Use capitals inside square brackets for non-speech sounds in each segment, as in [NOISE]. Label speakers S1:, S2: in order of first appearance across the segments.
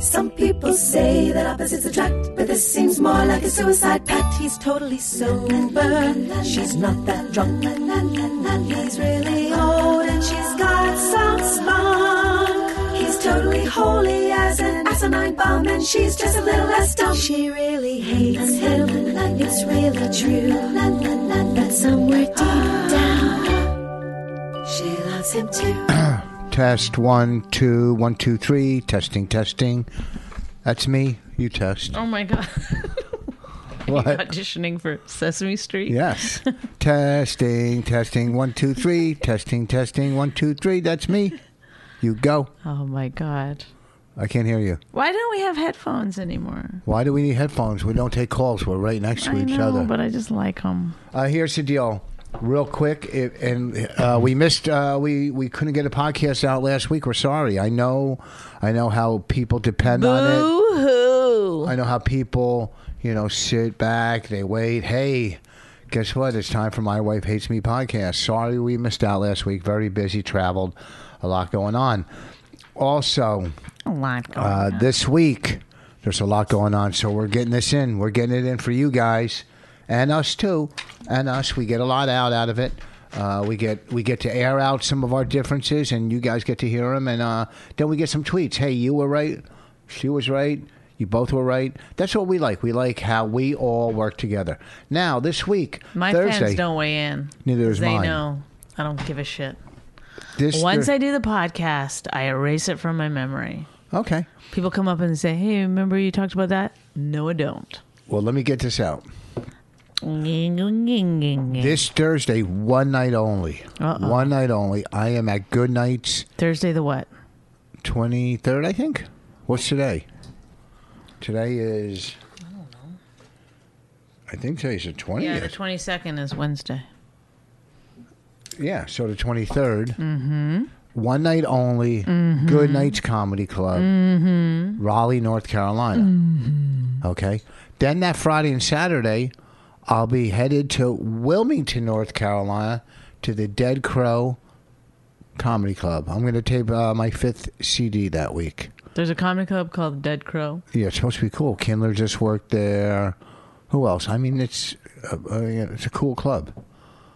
S1: Some people say that opposites attract, but this seems more like a suicide pact. He's totally sober, she's not that drunk. He's really old and she's got some spunk. He's totally holy as an asinine bomb, and she's just a little less dumb. She really hates him, it's really true. But somewhere deep down, she loves him too.
S2: Test one, two, one, two, three. Testing, testing. That's me. You test.
S3: Oh my god. [LAUGHS] Oh,
S2: what?
S3: Auditioning for Sesame Street. [LAUGHS]
S2: Yes. testing, testing. One, two, three. Testing, testing. One, two, three. That's me. You go.
S3: Oh my god.
S2: I can't hear you.
S3: Why don't we have headphones anymore?
S2: Why do we need headphones? We don't take calls. We're right next to
S3: I
S2: each
S3: know,
S2: other.
S3: but I just like them.
S2: Uh, here's the deal, real quick, it, and uh, we missed. Uh, we we couldn't get a podcast out last week. We're sorry. I know, I know how people depend on it.
S3: Boo-hoo.
S2: I know how people, you know, sit back, they wait. Hey, guess what? It's time for my wife hates me podcast. Sorry we missed out last week. Very busy, traveled, a lot going on. Also,
S3: A lot going
S2: uh,
S3: on.
S2: this week there's a lot going on so we're getting this in we're getting it in for you guys and us too and us we get a lot out out of it uh, we get we get to air out some of our differences and you guys get to hear them and uh, then we get some tweets hey you were right she was right you both were right that's what we like we like how we all work together now this week
S3: My
S2: thursday
S3: fans don't weigh in.
S2: Neither does
S3: 'cause they
S2: mine.
S3: know. I don't give a shit.
S2: this
S3: Once I do the podcast, I erase it from my memory.
S2: okay
S3: People come up and say, "Hey, remember you talked about that?" No, I don't.
S2: well let me get this out This Thursday, one night only.
S3: Uh-oh.
S2: One night only. I am at Good Nights
S3: Thursday the what?
S2: 23rd, I think. What's today? Today is. I don't know. I think today's the 20th.
S3: Yeah, the twenty second is Wednesday.
S2: Yeah, so the 23rd. Mm-hmm. One night only,
S3: Mm-hmm.
S2: Good Nights Comedy Club, Raleigh, North Carolina.
S3: Mm-hmm.
S2: Okay. Then that Friday and Saturday, I'll be headed to Wilmington, North Carolina, to the Dead Crow Comedy Club. I'm going to tape uh, my fifth CD that week.
S3: There's a comedy club called Dead Crow.
S2: Yeah, it's supposed to be cool. Kindler just worked there. Who else? I mean, it's uh, uh, yeah, it's a cool club.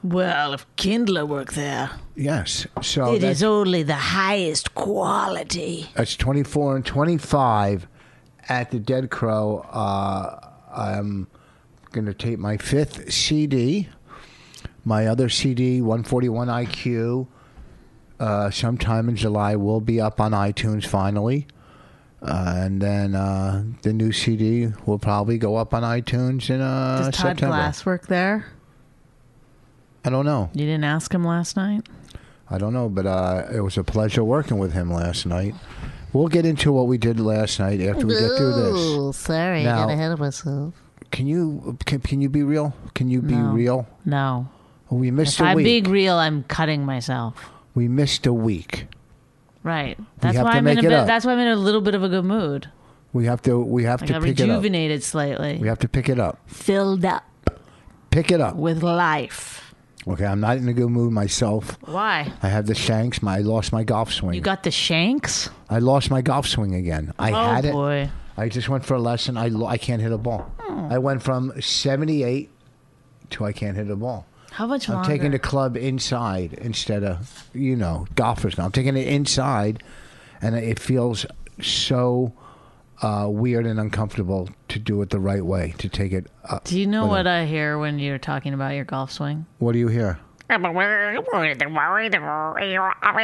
S3: Well, if Kindler worked there,
S2: Yes. So
S3: it
S2: Oh, that's-
S3: is only the highest quality.
S2: That's 24 and 25 at the Dead Crow. Uh, I'm going to tape my fifth CD, my other CD, 141 IQ. Uh, sometime in July will be up on iTunes finally. Uh, and then uh, the new CD will probably go up on iTunes in uh,
S3: Does Todd
S2: September.
S3: Glass work there?
S2: I don't know.
S3: You didn't ask him last night.
S2: I don't know, but uh, it was a pleasure working with him last night. We'll get into what we did last night after we get through this.
S3: sorry,
S2: Now-
S3: got ahead of myself.
S2: Can you can, can you be real? Can you be
S3: No.
S2: real?
S3: No,
S2: We missed
S3: if
S2: a
S3: I'm
S2: week.
S3: being real, I'm cutting myself.
S2: we missed a week.
S3: Right. That's
S2: have
S3: why
S2: to
S3: I'm in a
S2: make it
S3: bit.
S2: up.
S3: That's why I'm in a little bit of a good mood.
S2: We have to we have
S3: I
S2: to
S3: got
S2: pick it up.
S3: rejuvenated slightly,
S2: We have to pick it up.
S3: filled up
S2: Pick it up.
S3: with life.
S2: Okay, I'm not in a good mood myself.
S3: Why?
S2: I have the shanks. My I lost my golf swing.
S3: You got the shanks?
S2: I lost my golf swing again. I
S3: oh
S2: had it.
S3: boy. Oh.
S2: I just went for a lesson. I lo- I can't hit a ball. I went from 78 to I can't hit a ball.
S3: How much
S2: I'm
S3: longer?
S2: taking the club inside instead of you know golfers now. I'm taking it inside, and it feels so uh, weird and uncomfortable to do it the right way. To take it. Up.
S3: Do you know
S2: Hold
S3: what I hear when you're talking about your golf swing?
S2: What do you hear?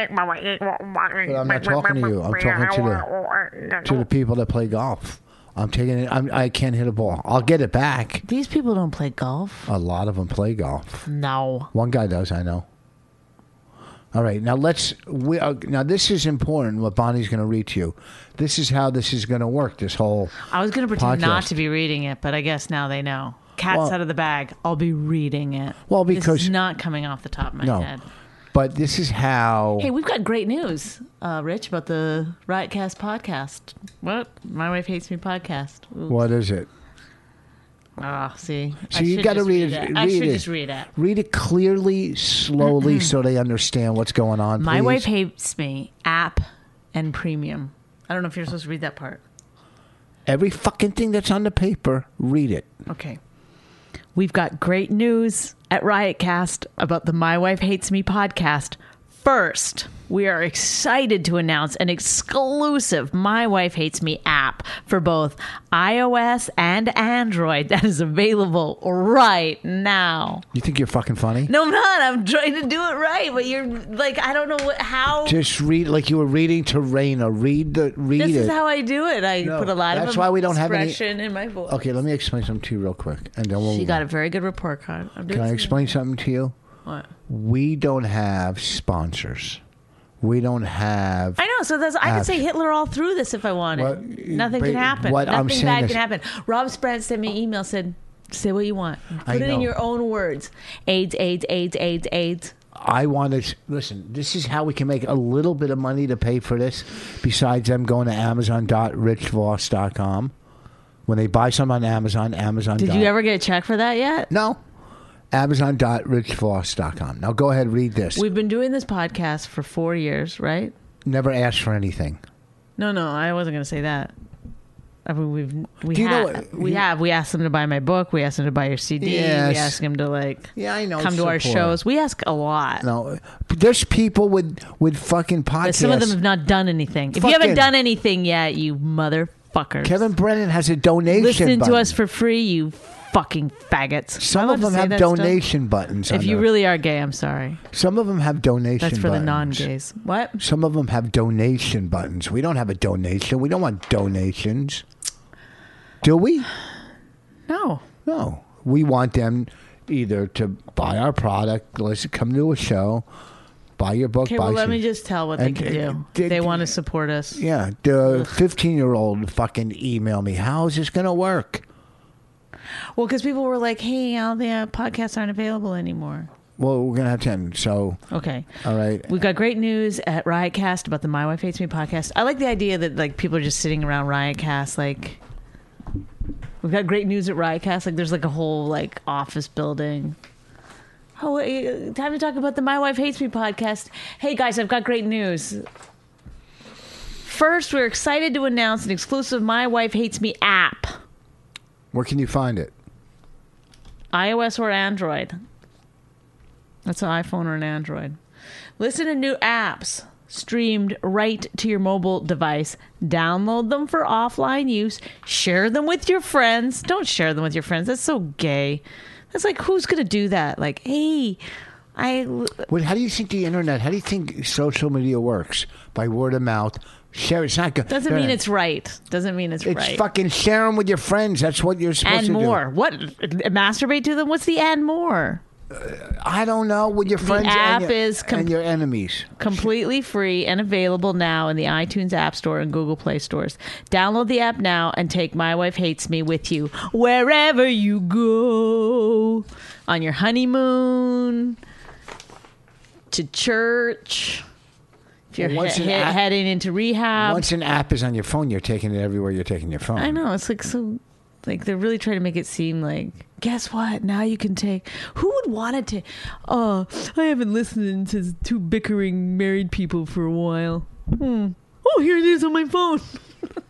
S4: I'm
S2: not talking to you. I'm talking to
S4: the
S3: Oh.
S2: To the people that play golf, I'm taking it. I'm, I can't hit a ball. I'll get it back.
S3: These people don't play golf.
S2: A lot of them play golf.
S3: No.
S2: One guy does. I know. All right, now let's. We, uh, now this is important. What Bonnie's going to read to you. This is how this is going to work. This whole
S3: I was going to pretend
S2: Podcast.
S3: not to be reading it, but I guess now they know. cat's
S2: Well-
S3: out of the bag. I'll be reading it.
S2: Well,
S3: This
S2: because-
S3: is not coming off the top of my
S2: No.
S3: head.
S2: But this is how.
S3: Hey, we've got great news, uh, Rich, about the Riotcast podcast. What? My wife hates me podcast. Ooh.
S2: What is it?
S3: Ah, see.
S2: So
S3: I
S2: you
S3: should
S2: gotta
S3: just
S2: read it-
S3: it. I
S2: read
S3: should
S2: it.
S3: just read it.
S2: Read it clearly, slowly, so they understand what's going on.
S3: My
S2: please.
S3: wife hates me. App and premium. I don't know if you're supposed to read that part.
S2: Every fucking thing that's on the paper, read it.
S3: Okay. We've got great news at Riotcast about the My Wife Hates Me podcast. First, we are excited to announce an exclusive My Wife Hates Me app for both iOS and Android that is available right now.
S2: You think you're fucking funny?
S3: No, I'm not. I'm trying to do it right, but you're like, I don't know what, how.
S2: Just read like you were reading to Raina. Read the read
S3: this
S2: it.
S3: is how I do it. I
S2: No,
S3: put a lot
S2: that's
S3: of
S2: why we don't have any-
S3: expression in my voice.
S2: okay, let me explain something to you real quick, and then we'll.
S3: She
S2: move
S3: got
S2: on.
S3: a very good report card. I'm doing
S2: Can I
S3: something-
S2: explain something to you?
S3: What?
S2: We don't have sponsors. We don't have.
S3: I know. So that's I could say
S2: Ash.
S3: Hitler all through this if I wanted.
S2: What-
S3: Nothing
S2: but
S3: can happen.
S2: what I'm
S3: Nothing
S2: saying
S3: bad
S2: is-
S3: can happen. Rob Sprant sent me an email said, "Say what you want. Put
S2: I
S3: it in
S2: know.
S3: your own words. AIDS, AIDS, AIDS, AIDS, AIDS."
S2: I want to listen. This is how we can make a little bit of money to pay for this. Besides them going to Amazon.richvoss.com when they buy some on Amazon, Amazon.
S3: Did
S2: dot-
S3: you ever get a check for that yet?
S2: No. Amazon.richvoss.com. Now go ahead, read this.
S3: We've been doing this podcast for four years, right?
S2: Never asked for anything.
S3: No, no, I wasn't going to say that. I mean, we've we
S2: Do you know
S3: have
S2: what-
S3: we have we asked them to buy my book. We asked them to buy your CD.
S2: Yes.
S3: We asked them to like
S2: Yeah, I know.
S3: come to our shows. We ask a lot.
S2: No, there's people with with fucking podcasts.
S3: But some of them have not done anything. If you
S2: Fucking-
S3: haven't done anything yet, you motherfuckers.
S2: Kevin Brennan has a donation.
S3: listen to
S2: button.
S3: us for free, you fucking faggots.
S2: Some
S3: Am I
S2: of
S3: allowed
S2: them
S3: to say
S2: have
S3: that still?
S2: donation buttons.
S3: If
S2: on
S3: you
S2: their-
S3: really are gay, I'm sorry.
S2: some of them have donation.
S3: That's for
S2: buttons.
S3: the non-gays. What?
S2: Some of them have donation buttons. We don't have a donation. We don't want donations. Do we?
S3: No.
S2: No. We want them either to buy our product, listen, come to a show, buy your book.
S3: Okay,
S2: buy
S3: well, let
S2: some-
S3: me just tell what they
S2: And-
S3: can do.
S2: did-
S3: They want to support us.
S2: Yeah, the 15 year old fucking email me. How is this going to work?
S3: Well, because people were like, "Hey, all the uh, podcasts aren't available anymore."
S2: Well, we're going to have 10. So,
S3: Okay.
S2: all right.
S3: We've got great news at Riotcast about the My Wife Hates Me podcast. I like the idea that like people are just sitting around Riotcast like We've got great news at Riotcast. Like there's like a whole like office building. Oh, wait, time to talk about the My Wife Hates Me podcast. Hey guys, I've got great news. First, we're excited to announce an exclusive My Wife Hates Me app,
S2: Where can you find it?
S3: iOS or Android. That's an iPhone or an Android. Listen to new apps streamed right to your mobile device. Download them for offline use. Share them with your friends. Don't share them with your friends. That's so gay. That's like, who's going to do that? Like, hey, I.
S2: Well, how do you think the internet, how do you think social media works? By word of mouth. Share. It's not good.
S3: Doesn't mean it's right. Doesn't mean it's,
S2: It's
S3: right.
S2: fucking share them with your friends. That's what you're supposed
S3: and
S2: to
S3: more.
S2: do.
S3: What? Masturbate to them? What's the and more?
S2: I don't know. With your friends
S3: app
S2: and, your,
S3: is com-
S2: and your enemies.
S3: completely free and available now in the iTunes App Store and Google Play stores. Download the app now and take My Wife Hates Me with you wherever you go on your honeymoon, to church, if you're
S2: Once
S3: he-
S2: an
S3: he-
S2: app-
S3: heading into rehab.
S2: Once an app is on your phone, you're taking it everywhere you're taking your phone.
S3: Um, I know it's like so. Like they're really trying to make it seem like, guess what? Now you can take. Who would want to take? Oh, I haven't listened to two bickering married people for a while. Hmm. Oh, here it is on my phone.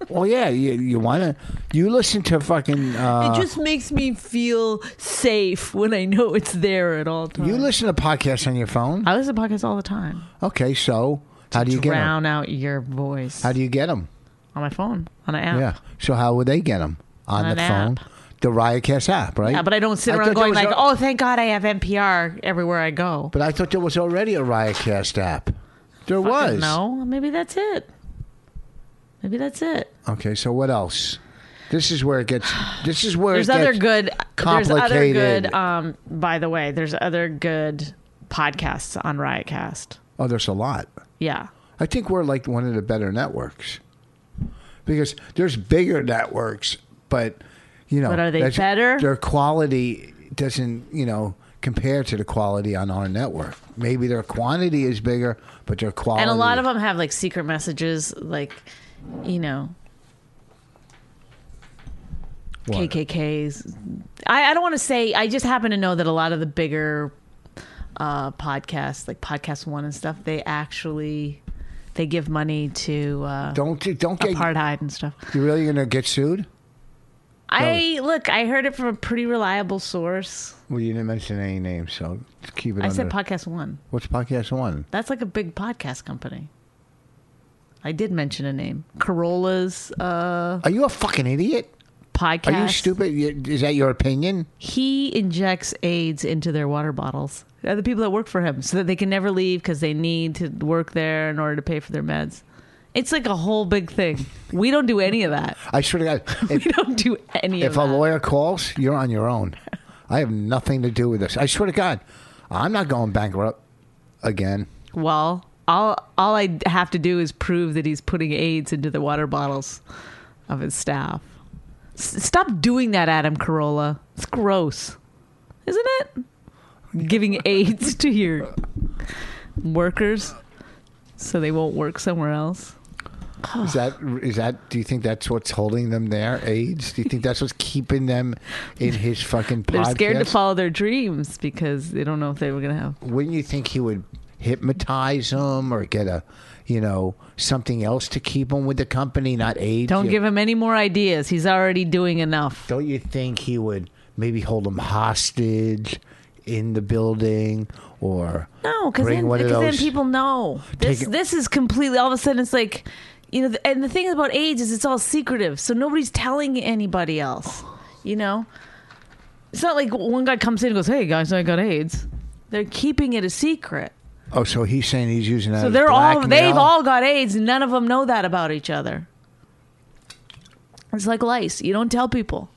S2: Well, yeah, you, you want to. You listen to fucking. Uh,
S3: it just makes me feel safe when I know it's there at all times.
S2: you listen to podcasts on your phone.
S3: I listen to podcasts all the time.
S2: Okay, so how do you get them?
S3: Drown out your voice
S2: How do you get them?
S3: on my phone on an app.
S2: Yeah. So how would they get them on,
S3: Uh. On
S2: the
S3: an
S2: phone?
S3: app.
S2: The Riotcast app, right?
S3: Yeah, but I don't sit
S2: I
S3: around
S2: thought
S3: going
S2: there
S3: like,
S2: was al-
S3: "Oh, thank God I have NPR everywhere I go."
S2: But I thought there was already a Riotcast app. There was.
S3: No, maybe that's it. Maybe that's it.
S2: Okay, so what else? This is where it gets. This is where
S3: There's
S2: it
S3: other
S2: gets
S3: good. There's other
S2: complicated.
S3: good. Um, by the way, there's other good podcasts on Riotcast.
S2: Oh, there's a lot.
S3: Yeah,
S2: I think we're like one of the better networks because there's bigger networks, but you know,
S3: But are they
S2: that's-
S3: better?
S2: Their quality doesn't, you know, compare to the quality on our network. Maybe their quantity is bigger, but their quality.
S3: and a lot of them have like secret messages, like you know,
S2: What?
S3: KKKs. I, I don't want to say. I just happen to know that a lot of the bigger uh, podcasts, like Podcast One and stuff, they actually they give money to uh,
S2: Don't you don't get
S3: apartheid and stuff.
S2: you really gonna get sued?
S3: I look. I heard it from a pretty reliable source.
S2: Well, you didn't mention any names, so just keep it.
S3: I
S2: under,
S3: said Podcast One.
S2: what's podcast one?
S3: That's like a big podcast company. I did mention a name, Corolla's uh,
S2: Are you a fucking idiot?
S3: podcast.
S2: Are you stupid? You- Is that your opinion?
S3: He injects AIDS into their water bottles. They're the people that work for him, so that they can never leave because they need to work there in order to pay for their meds. It's like a whole big thing. We don't do any of that. [LAUGHS]
S2: I swear to God, if,
S3: We don't do any
S2: if
S3: of
S2: a
S3: that.
S2: lawyer calls, you're on your own. I have nothing to do with this. I swear to God, I'm not going bankrupt again.
S3: well, all all I have to do is prove that he's putting AIDS into the water bottles of his staff. S- stop doing that, Adam Carolla. It's gross, isn't it? Giving AIDS to your workers so they won't work somewhere else.
S2: Is that is that? Do you think that's what's holding them there? AIDS? Do you think that's what's keeping them in his fucking podcast?
S3: [LAUGHS] They're scared to follow their dreams because they don't know if they were going to have.
S2: Wouldn't you think he would hypnotize them or get a, you know, something else to keep him with the company, not AIDS?
S3: Don't
S2: You-
S3: give him any more ideas. He's already doing enough.
S2: Don't you think he would maybe hold them hostage in the building or
S3: No, because
S2: bring
S3: then,
S2: one of
S3: 'cause then
S2: those-
S3: people know. This
S2: Take it-
S3: this is completely all of a sudden it's like you know, th- and the thing about AIDS is it's all secretive, so nobody's telling anybody else. You know, it's not like one guy comes in and goes, "Hey guys, I got AIDS." They're keeping it a secret,
S2: Oh, so he's saying he's using that.
S3: so
S2: as
S3: they're all they've
S2: blackmail?
S3: all got AIDS, and none of them know that about each other. It's like lice; you don't tell people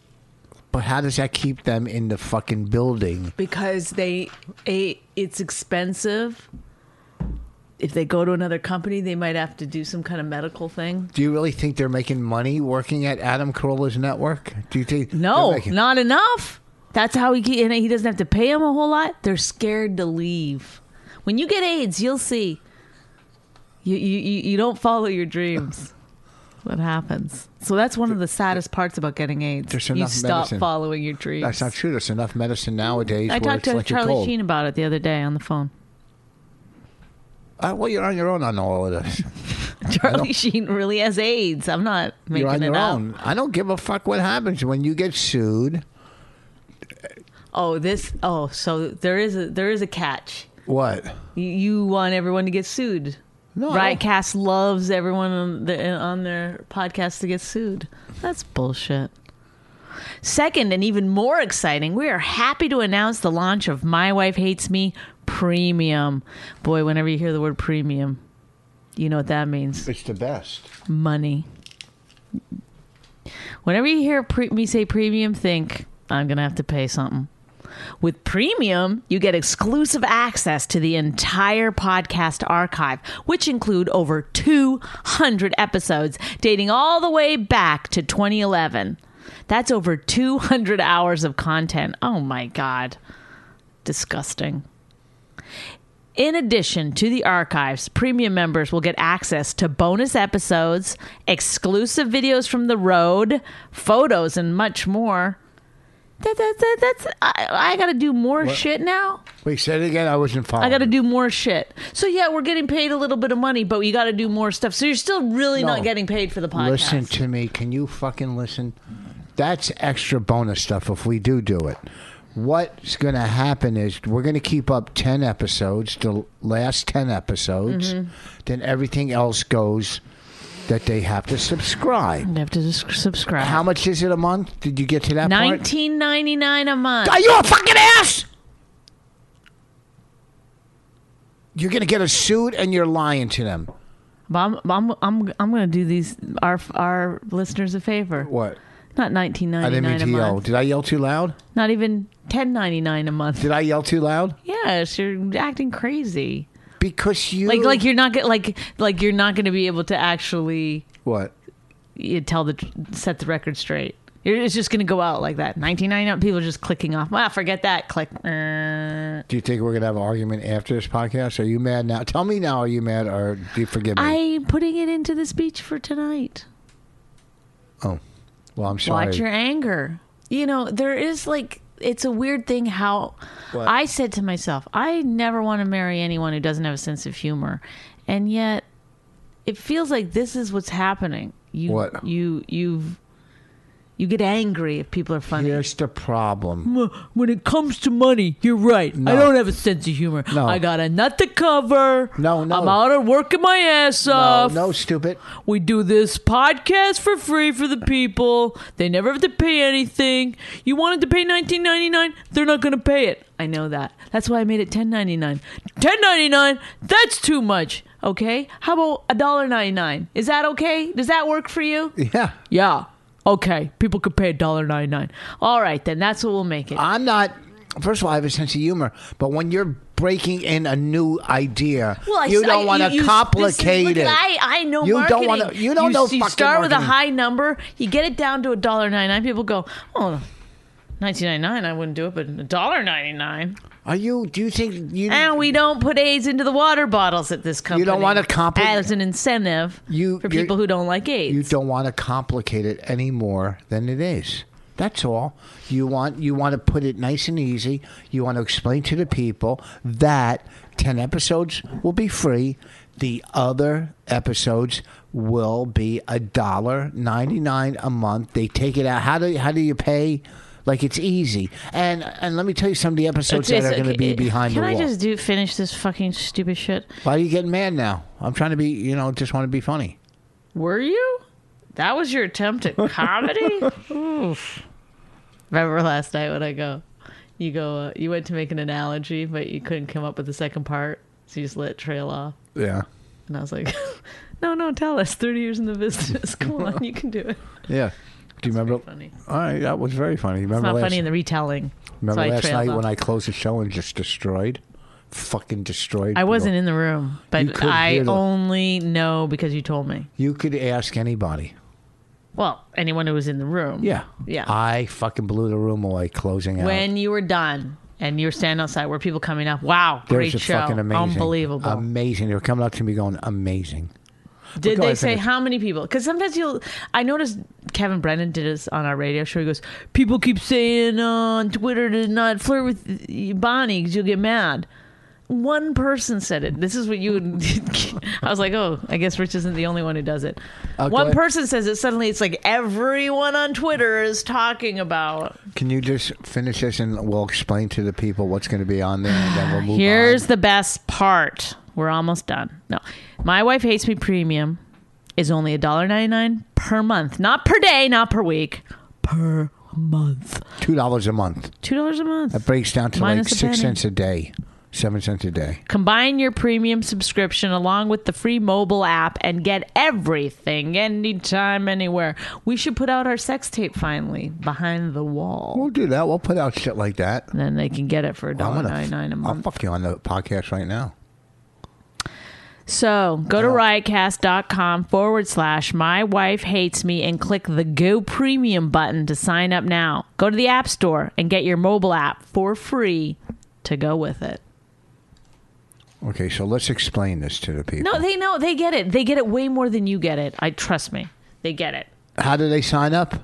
S2: But how does that keep them in the fucking building?
S3: because they a it's expensive. If they go to another company, they might have to do some kind of medical thing.
S2: Do you really think they're making money working at Adam Carolla's network? Do you think?
S3: No,
S2: they're making-
S3: not enough. That's how he get, and he doesn't have to pay him a whole lot. They're scared to leave. When you get AIDS, you'll see. You you you you don't follow your dreams. [LAUGHS] What happens? So that's one of the saddest parts about getting AIDS.
S2: There's
S3: You
S2: enough
S3: stop
S2: medicine.
S3: following your dreams.
S2: That's not true. There's enough medicine nowadays.
S3: I
S2: where
S3: talked
S2: it's
S3: to
S2: like a
S3: Charlie
S2: cold.
S3: Sheen about it the other day on the phone.
S2: Uh, well, you're on your own on all of
S3: [LAUGHS]
S2: this.
S3: Charlie Sheen really has AIDS. I'm not making
S2: You're on
S3: it
S2: your
S3: up.
S2: own. I don't give a fuck what happens when you get sued.
S3: Oh, this. Oh, so there is a there is a catch.
S2: What?
S3: You, you want everyone to get sued.
S2: No, I don't-
S3: Riotcast loves everyone on, the, on their podcast to get sued. That's bullshit. Second, and even more exciting, we are happy to announce the launch of My Wife Hates Me Premium. Boy, whenever you hear the word premium, you know what that means
S2: It's the best.
S3: money. Whenever you hear pre- me say premium, think I'm going to have to pay something. With premium, you get exclusive access to the entire podcast archive, which include over 200 episodes dating all the way back to 2011. That's over 200 hours of content. Oh my God. Disgusting. In addition to the archives, premium members will get access to bonus episodes, exclusive videos from the road, photos, and much more. That, that, that, that's I, I got to do more shit now.
S2: Wait, say it again. I wasn't following.
S3: I got to do more shit. So yeah, we're getting paid a little bit of money, but you got to do more stuff. So you're still really
S2: No.
S3: not getting paid for the podcast.
S2: Listen to me. Can you fucking listen? That's extra bonus stuff if we do do it. What's going to happen is we're going to keep up 10 episodes, the last 10 episodes.
S3: Mm-hmm.
S2: Then everything else goes that they have to subscribe.
S3: you have to just subscribe.
S2: How much is it a month? Did you get to that part?
S3: Nineteen ninety nine a month.
S2: Are you a fucking ass? You're going to get a suit and you're lying to them.
S3: But I'm I'm I'm I'm gonna do these our our listeners a favor.
S2: What?
S3: Not nineteen
S2: I
S3: ninety
S2: didn't mean
S3: nine a
S2: to yell.
S3: month.
S2: Did I yell too loud?
S3: Not even ten ninety nine a month.
S2: Did I yell too loud?
S3: Yes, you're acting crazy.
S2: Because you
S3: Like like you're not go- like like you're not going to be able to actually
S2: what?
S3: you tell the tr- set the record straight. You're, it's just going to go out like that. 1999, people are just clicking off. Well, forget that. Click. Uh,
S2: Do you think we're gonna have an argument after this podcast? Are you mad now? Tell me now. Are you mad or do you forgive me?
S3: I'm putting it into the speech for tonight.
S2: oh, well, I'm sorry.
S3: Watch your anger. You know, there is like, it's a weird thing how
S2: What?
S3: I said to myself, I never want to marry anyone who doesn't have a sense of humor. And yet, it feels like this is what's happening. You,
S2: What?
S3: You, you've, you get angry if people are funny.
S2: Here's the problem.
S3: When it comes to money, you're right. I
S2: No.
S3: don't have a sense of humor.
S2: No.
S3: I got a nut to cover.
S2: No, no.
S3: I'm out of working my ass
S2: No,
S3: off.
S2: Oh, no, stupid.
S3: We do this podcast for free for the people. They never have to pay anything. You wanted to pay 19.99, they're not going to pay it. I know that. That's why I made it 10.99. 10.99, that's too much. Okay? How about $1.99? Is that okay? Does that work for you?
S2: Yeah,
S3: Yeah. Okay. People could pay $1.99. All right, then. That's what we'll make it.
S2: I'm not. First of all, I have a sense of humor, but when you're breaking in a new idea, you don't want to complicate
S3: it.
S2: it.
S3: I, I know
S2: You
S3: marketing.
S2: don't wanna- you don't know
S3: You
S2: fucking
S3: start with a
S2: marketing.
S3: high number, you get it down to a dollar ninety nine. People go, oh. 1999 I wouldn't do it but $1.99
S2: Are you? Do you think you?
S3: and we don't put AIDS into the water bottles at this company
S2: wanna compli-
S3: as an incentive
S2: You-
S3: for
S2: you're-
S3: people who don't like AIDS
S2: you don't want to complicate it any more than it is. That's all. You want you want to put it nice and easy. You want to explain to the people that 10 episodes will be free. The other episodes will be a dollar 99 a month. They take it out. How do how do you pay? Like it's easy. And and let me tell you some of the episodes
S3: It's-
S2: that are
S3: it's-
S2: going to be behind
S3: can
S2: the
S3: I
S2: wall.
S3: just do finish this fucking stupid shit
S2: Why are you getting mad now? I'm trying to be, you know, just want to be funny.
S3: Were you? That was your
S2: [LAUGHS]
S3: attempt at comedy? Oof. Remember last night when I go, you go, uh, you went to make an analogy, but you couldn't come up with the second part, so you just let it trail off.
S2: Yeah.
S3: And I was like, [LAUGHS] no, no, tell us. 30 years in the business. [LAUGHS] Come on, you can do it.
S2: Yeah. Do you remember?
S3: Funny.
S2: All right, that was very funny. Remember
S3: It's not
S2: last,
S3: funny in the retelling.
S2: remember
S3: so I
S2: last
S3: trailed
S2: night
S3: off.
S2: when I closed the show and just destroyed, fucking destroyed.
S3: I
S2: people?
S3: wasn't in the room,
S2: You
S3: but
S2: could
S3: I
S2: hear the-
S3: only know because you told me.
S2: You could ask anybody.
S3: Well, anyone who was in the room.
S2: Yeah.
S3: Yeah.
S2: I fucking blew the room away closing out.
S3: when you were done and you were standing outside, were people coming up? Wow,
S2: There
S3: great
S2: was a
S3: show,
S2: fucking amazing,
S3: unbelievable.
S2: amazing. They were coming up to me going, "Amazing."
S3: did
S2: go
S3: they
S2: ahead,
S3: say
S2: finish.
S3: how many people? Because sometimes you'll. I noticed Kevin Brennan did this on our radio show. He goes, people keep saying on Twitter to not flirt with Bonnie because you'll get mad. One person said it. This is what you would. [LAUGHS] I was like, oh, I guess Rich isn't the only one who does it.
S2: Uh, go
S3: one
S2: ahead.
S3: person says it. Suddenly, it's like everyone on Twitter is talking about.
S2: Can you just finish this and we'll explain to the people what's going to be on there, and then we'll move
S3: Here's
S2: on.
S3: the best part. We're almost done. No. My wife hates me premium is only $1.99 per month. Not per day, not per week. Per month.
S2: Two dollars a month
S3: Two dollars a month.
S2: breaks down to
S3: Minus
S2: like
S3: a
S2: six
S3: penny.
S2: cents a day, seven cents a day.
S3: Combine your premium subscription along with the free mobile app and get everything anytime, anywhere. We should put out our sex tape finally behind the wall.
S2: We'll do that. We'll put out shit like that.
S3: And then they can get it for a
S2: I'm
S3: dollar
S2: gonna-
S3: ninety Oh, nine a
S2: I'll
S3: month.
S2: fuck you on the podcast right now.
S3: So go to riotcast.com forward slash my wife hates me and click the go premium button to sign up now. Go to the app store and get your mobile app for free to go with it.
S2: Okay, so let's explain this to the people.
S3: No, they know they get it. They get it way more than you get it. I trust me. They get it.
S2: How do they sign up?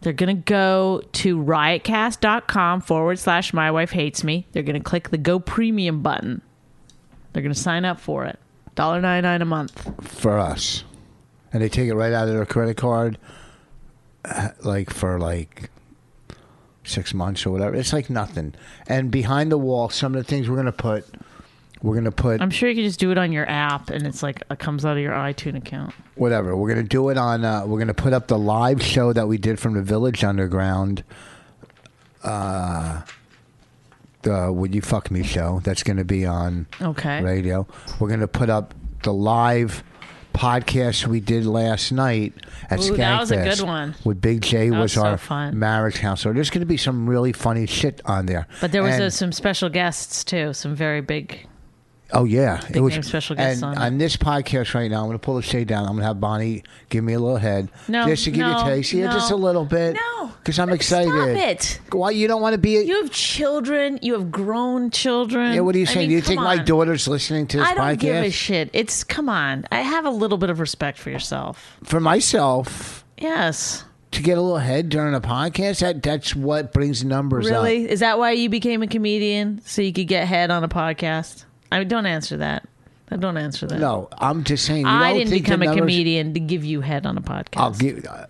S3: They're going to go to riotcast.com forward slash my wife hates me. They're going to click the go premium button. They're going to sign up for it. $1.99 a month.
S2: For us. And they take it right out of their credit card, uh, like for like six months or whatever. It's like nothing. And behind the wall, some of the things we're going to put, we're going to put
S3: I'm sure you can just do it on your app and it's like it comes out of your iTunes account.
S2: whatever. We're going to do it on, uh, we're going to put up the live show that we did from the Village Underground. Uh, the Would You Fuck Me show. That's going to be on.
S3: Okay.
S2: radio. We're going to put up the live podcast we did last night at
S3: Ooh, that was a
S2: Skankfest
S3: good one.
S2: With Big J
S3: That
S2: was,
S3: was so
S2: our
S3: fun.
S2: marriage counselor. There's going to be some really funny shit on there.
S3: But there was
S2: And-
S3: uh some special guests too, some very big
S2: Oh yeah,
S3: Big name special guest
S2: and
S3: on it.
S2: on this podcast right now, I'm going to pull the shade down. I'm going to have Bonnie give me a little head,
S3: No,
S2: just to give you
S3: no,
S2: a taste, yeah,
S3: no.
S2: just a little bit,
S3: No.
S2: because I'm excited.
S3: it.
S2: Why you don't want to be?
S3: You have children. You have grown children.
S2: yeah, what are you
S3: I
S2: saying?
S3: mean,
S2: Do you
S3: come
S2: think my
S3: on.
S2: daughter's listening to this
S3: I don't
S2: podcast?
S3: give a shit. It's come on. I have a little bit of respect for yourself.
S2: For myself
S3: Yes.
S2: to get a little head during a podcast, that that's what brings numbers up.
S3: Really? Is that why you became a comedian so you could get head on a podcast? I mean, don't answer that. I don't answer that.
S2: No, I'm just saying. You
S3: I
S2: don't
S3: didn't
S2: think the
S3: become a
S2: numbers-
S3: comedian to give you head on a podcast.
S2: I'll give. Uh,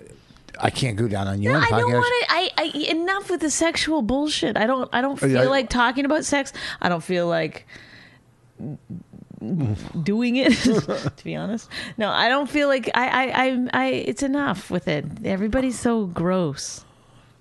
S2: I can't go down on you.
S3: No,
S2: on
S3: I don't
S2: podcast.
S3: want to. I, I enough with the sexual bullshit. I don't. I don't feel
S2: Oh, yeah, I-
S3: like talking about sex. I don't feel like doing it. [LAUGHS] to be honest, no, I don't feel like I. I. I. I it's enough with it. Everybody's so gross.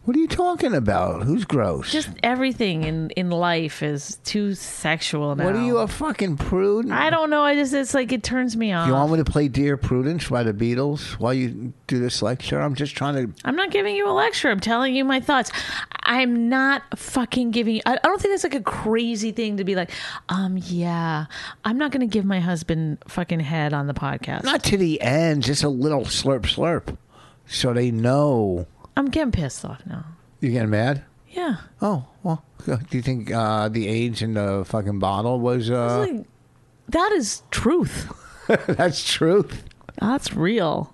S2: What are you talking about? Who's gross?
S3: Just everything in in life is too sexual now.
S2: what are you a fucking prude?
S3: I don't know. I just it's like it turns me off.
S2: You want me to play Dear Prudence by the Beatles while you do this lecture? I'm just trying to.
S3: I'm not giving you a lecture. I'm telling you my thoughts. I'm not fucking giving you. I, I don't think that's like a crazy thing to be like, um, yeah, I'm not going to give my husband fucking head on the podcast.
S2: Not to the end, just a little slurp slurp. So they know.
S3: I'm getting pissed off now.
S2: You're getting mad?
S3: Yeah.
S2: Oh, well. Do you think uh, the age in the fucking bottle was. Uh,
S3: Like, that is truth.
S2: [LAUGHS] that's truth.
S3: That's real.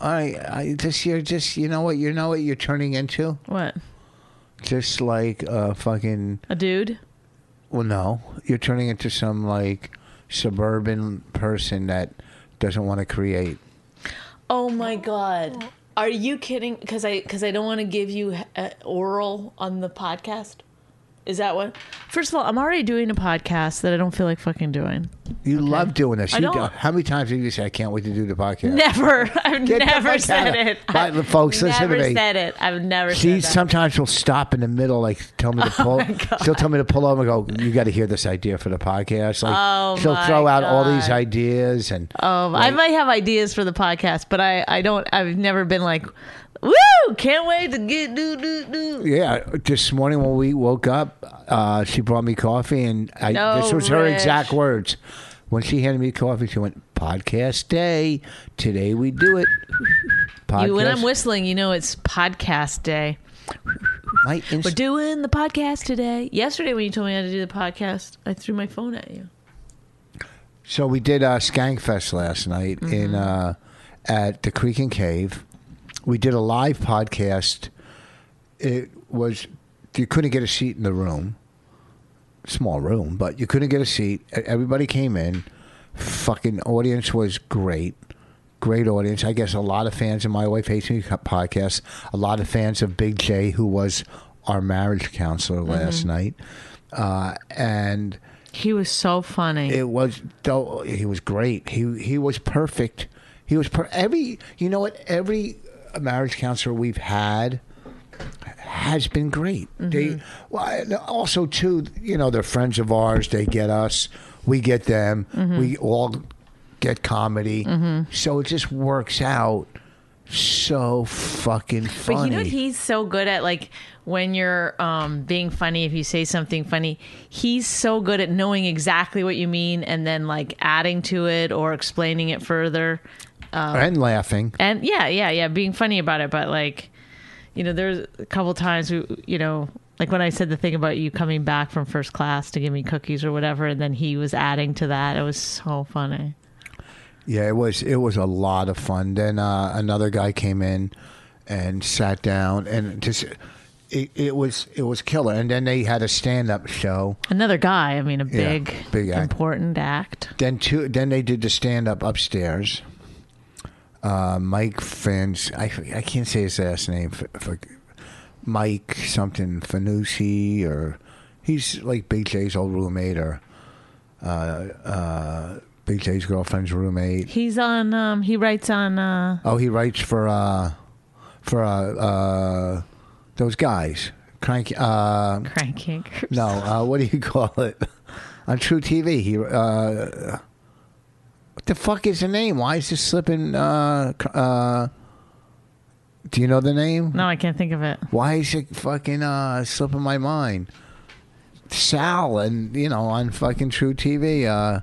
S2: All right. I just, you're just, you know what? You know what you're turning into?
S3: What?
S2: Just like a fucking.
S3: A dude?
S2: Well, no. You're turning into some, like, suburban person that doesn't want to create.
S3: Oh my god. Are you kidding? Because I because I don't want to give you uh, oral on the podcast. Is that what? First of all, I'm already doing a podcast that I don't feel like fucking doing.
S2: You love doing this.
S3: I
S2: you
S3: don't-
S2: do- how many times have you said, I can't wait to do the podcast?
S3: [LAUGHS] Never. I've
S2: Get the
S3: never
S2: fuck
S3: said
S2: outta-
S3: it.
S2: Right,
S3: I've
S2: folks, listen to
S3: never
S2: me.
S3: said it. I've never Oh
S2: She
S3: said that.
S2: sometimes will stop in the middle, like tell me
S3: [LAUGHS]
S2: to pull. she'll tell me to pull over and go. You got to hear this idea for the podcast. Like
S3: Oh,
S2: she'll
S3: my
S2: throw out all these
S3: God.
S2: ideas, and
S3: Um, I might have ideas for the podcast, but I, I don't. I've never been like, woo! Can't wait to get do do do.
S2: yeah, this morning when we woke up, uh, she brought me coffee, and I,
S3: No,
S2: this was her
S3: Rich.
S2: exact words. When she handed me coffee, she went, "Podcast day today, we do it." Podcast.
S3: You, when I'm whistling, you know it's podcast day.
S2: my inst-
S3: We're doing the podcast today. Yesterday, when you told me how to do the podcast, I threw my phone at you.
S2: So we did uh, Skankfest last night in uh, at the Creek and Cave. We did a live podcast. It was you couldn't get a seat in the room, small room, but you couldn't get a seat. E- Everybody came in. Fucking audience was great, great audience. I guess a lot of fans of my wife hates me podcast. A lot of fans of Big J, who was our marriage counselor last night, uh, and.
S3: He was so funny.
S2: It was though he was great. He he was perfect. He was per- every you know what every marriage counselor we've had has been great. They
S3: Mm-hmm.
S2: well and also too you know they're friends of ours. They get us. We get them.
S3: Mm-hmm.
S2: We all get comedy. So it just works out so fucking funny.
S3: But you know what he's so good at like when you're um, being funny if you say something funny he's so good at knowing exactly what you mean and then like adding to it or explaining it further
S2: and laughing.
S3: and yeah yeah yeah being funny about it but like you know there's a couple times we, you know like when I said the thing about you coming back from first class to give me cookies or whatever and then he was adding to that it was so funny
S2: Yeah, it was it was a lot of fun. Then uh, another guy came in and sat down and just it, it was it was killer. And then they had a stand up show.
S3: another guy I mean a big
S2: big act.
S3: important act
S2: Then two then they did the stand up upstairs. Uh, Mike Fans I I can't say his last name for, for Mike something Fanucci or he's like Big J's old roommate or uh, uh, Big J's girlfriend's roommate.
S3: he's on um, he writes on uh,
S2: Oh, he writes for uh for uh, uh those guys. Crank uh
S3: Crank Anchors.
S2: no, uh what do you [LAUGHS] call it? On True TV. He uh what the fuck is the name? Why is this slipping uh cr- uh do you know the name?
S3: No, I can't think of it.
S2: Why is it fucking uh slipping my mind? Sal and you know on fucking True TV. Uh,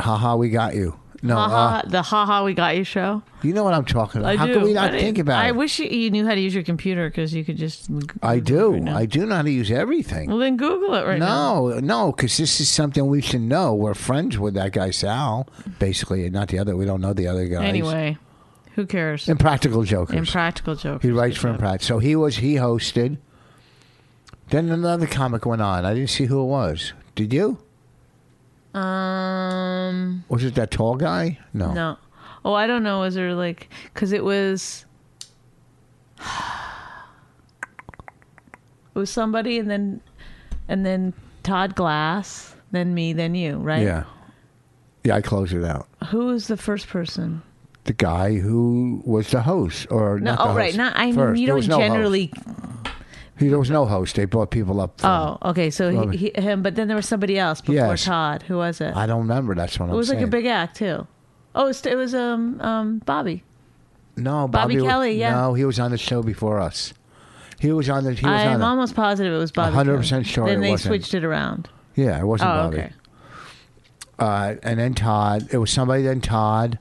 S2: haha, we got you. No,
S3: Haha,
S2: uh,
S3: the haha we got you show.
S2: you know what I'm talking about.
S3: I
S2: How
S3: do.
S2: can we not
S3: I-
S2: think about
S3: I
S2: it?
S3: wish you, you knew how to use your computer because you could just.
S2: I
S3: Google it Oh,
S2: do.
S3: right now.
S2: I do know how to use everything.
S3: well, then Google it right now.
S2: No, no, because this is something we should know. We're friends with that guy Sal, basically, and not the other. We don't know the other guys.
S3: Anyway, who cares?
S2: Impractical Jokers.
S3: Impractical joke.
S2: He writes for Impractical. So he was he hosted. Then another comic went on. I didn't see who it was. Did you?
S3: Um,
S2: Was it that tall guy? No.
S3: no. Oh, I don't know. Is there like because it was. [SIGHS] It was somebody, and then, and then Todd Glass, then me, then you, right?
S2: Yeah. Yeah, I closed it out.
S3: Who was the first person?
S2: The guy who was the host, or
S3: No,
S2: not the
S3: oh right,
S2: host,
S3: not I.
S2: first.
S3: you
S2: There
S3: don't
S2: was no host.
S3: generally
S2: He- there was no host. They brought people up. From,
S3: Oh, okay. So
S2: Robin.
S3: he, he, him, but then there was somebody else before
S2: Yes.
S3: Todd. Who was it?
S2: I don't remember. That's what
S3: it
S2: I'm
S3: was like a
S2: saying.
S3: big act too. Oh, it was, it was um um Bobby.
S2: no
S3: Bobby
S2: Bobby, was-
S3: Kelly, yeah.
S2: No, he was on the show before us. He was on the. He was on
S3: I'm
S2: the-
S3: almost positive it was Bobby.
S2: 100%
S3: Kelly.
S2: sure
S3: Then
S2: it
S3: they
S2: wasn't.
S3: switched it around.
S2: Yeah, it wasn't
S3: Oh,
S2: Bobby.
S3: okay.
S2: uh, and then Todd. It was somebody, then Todd,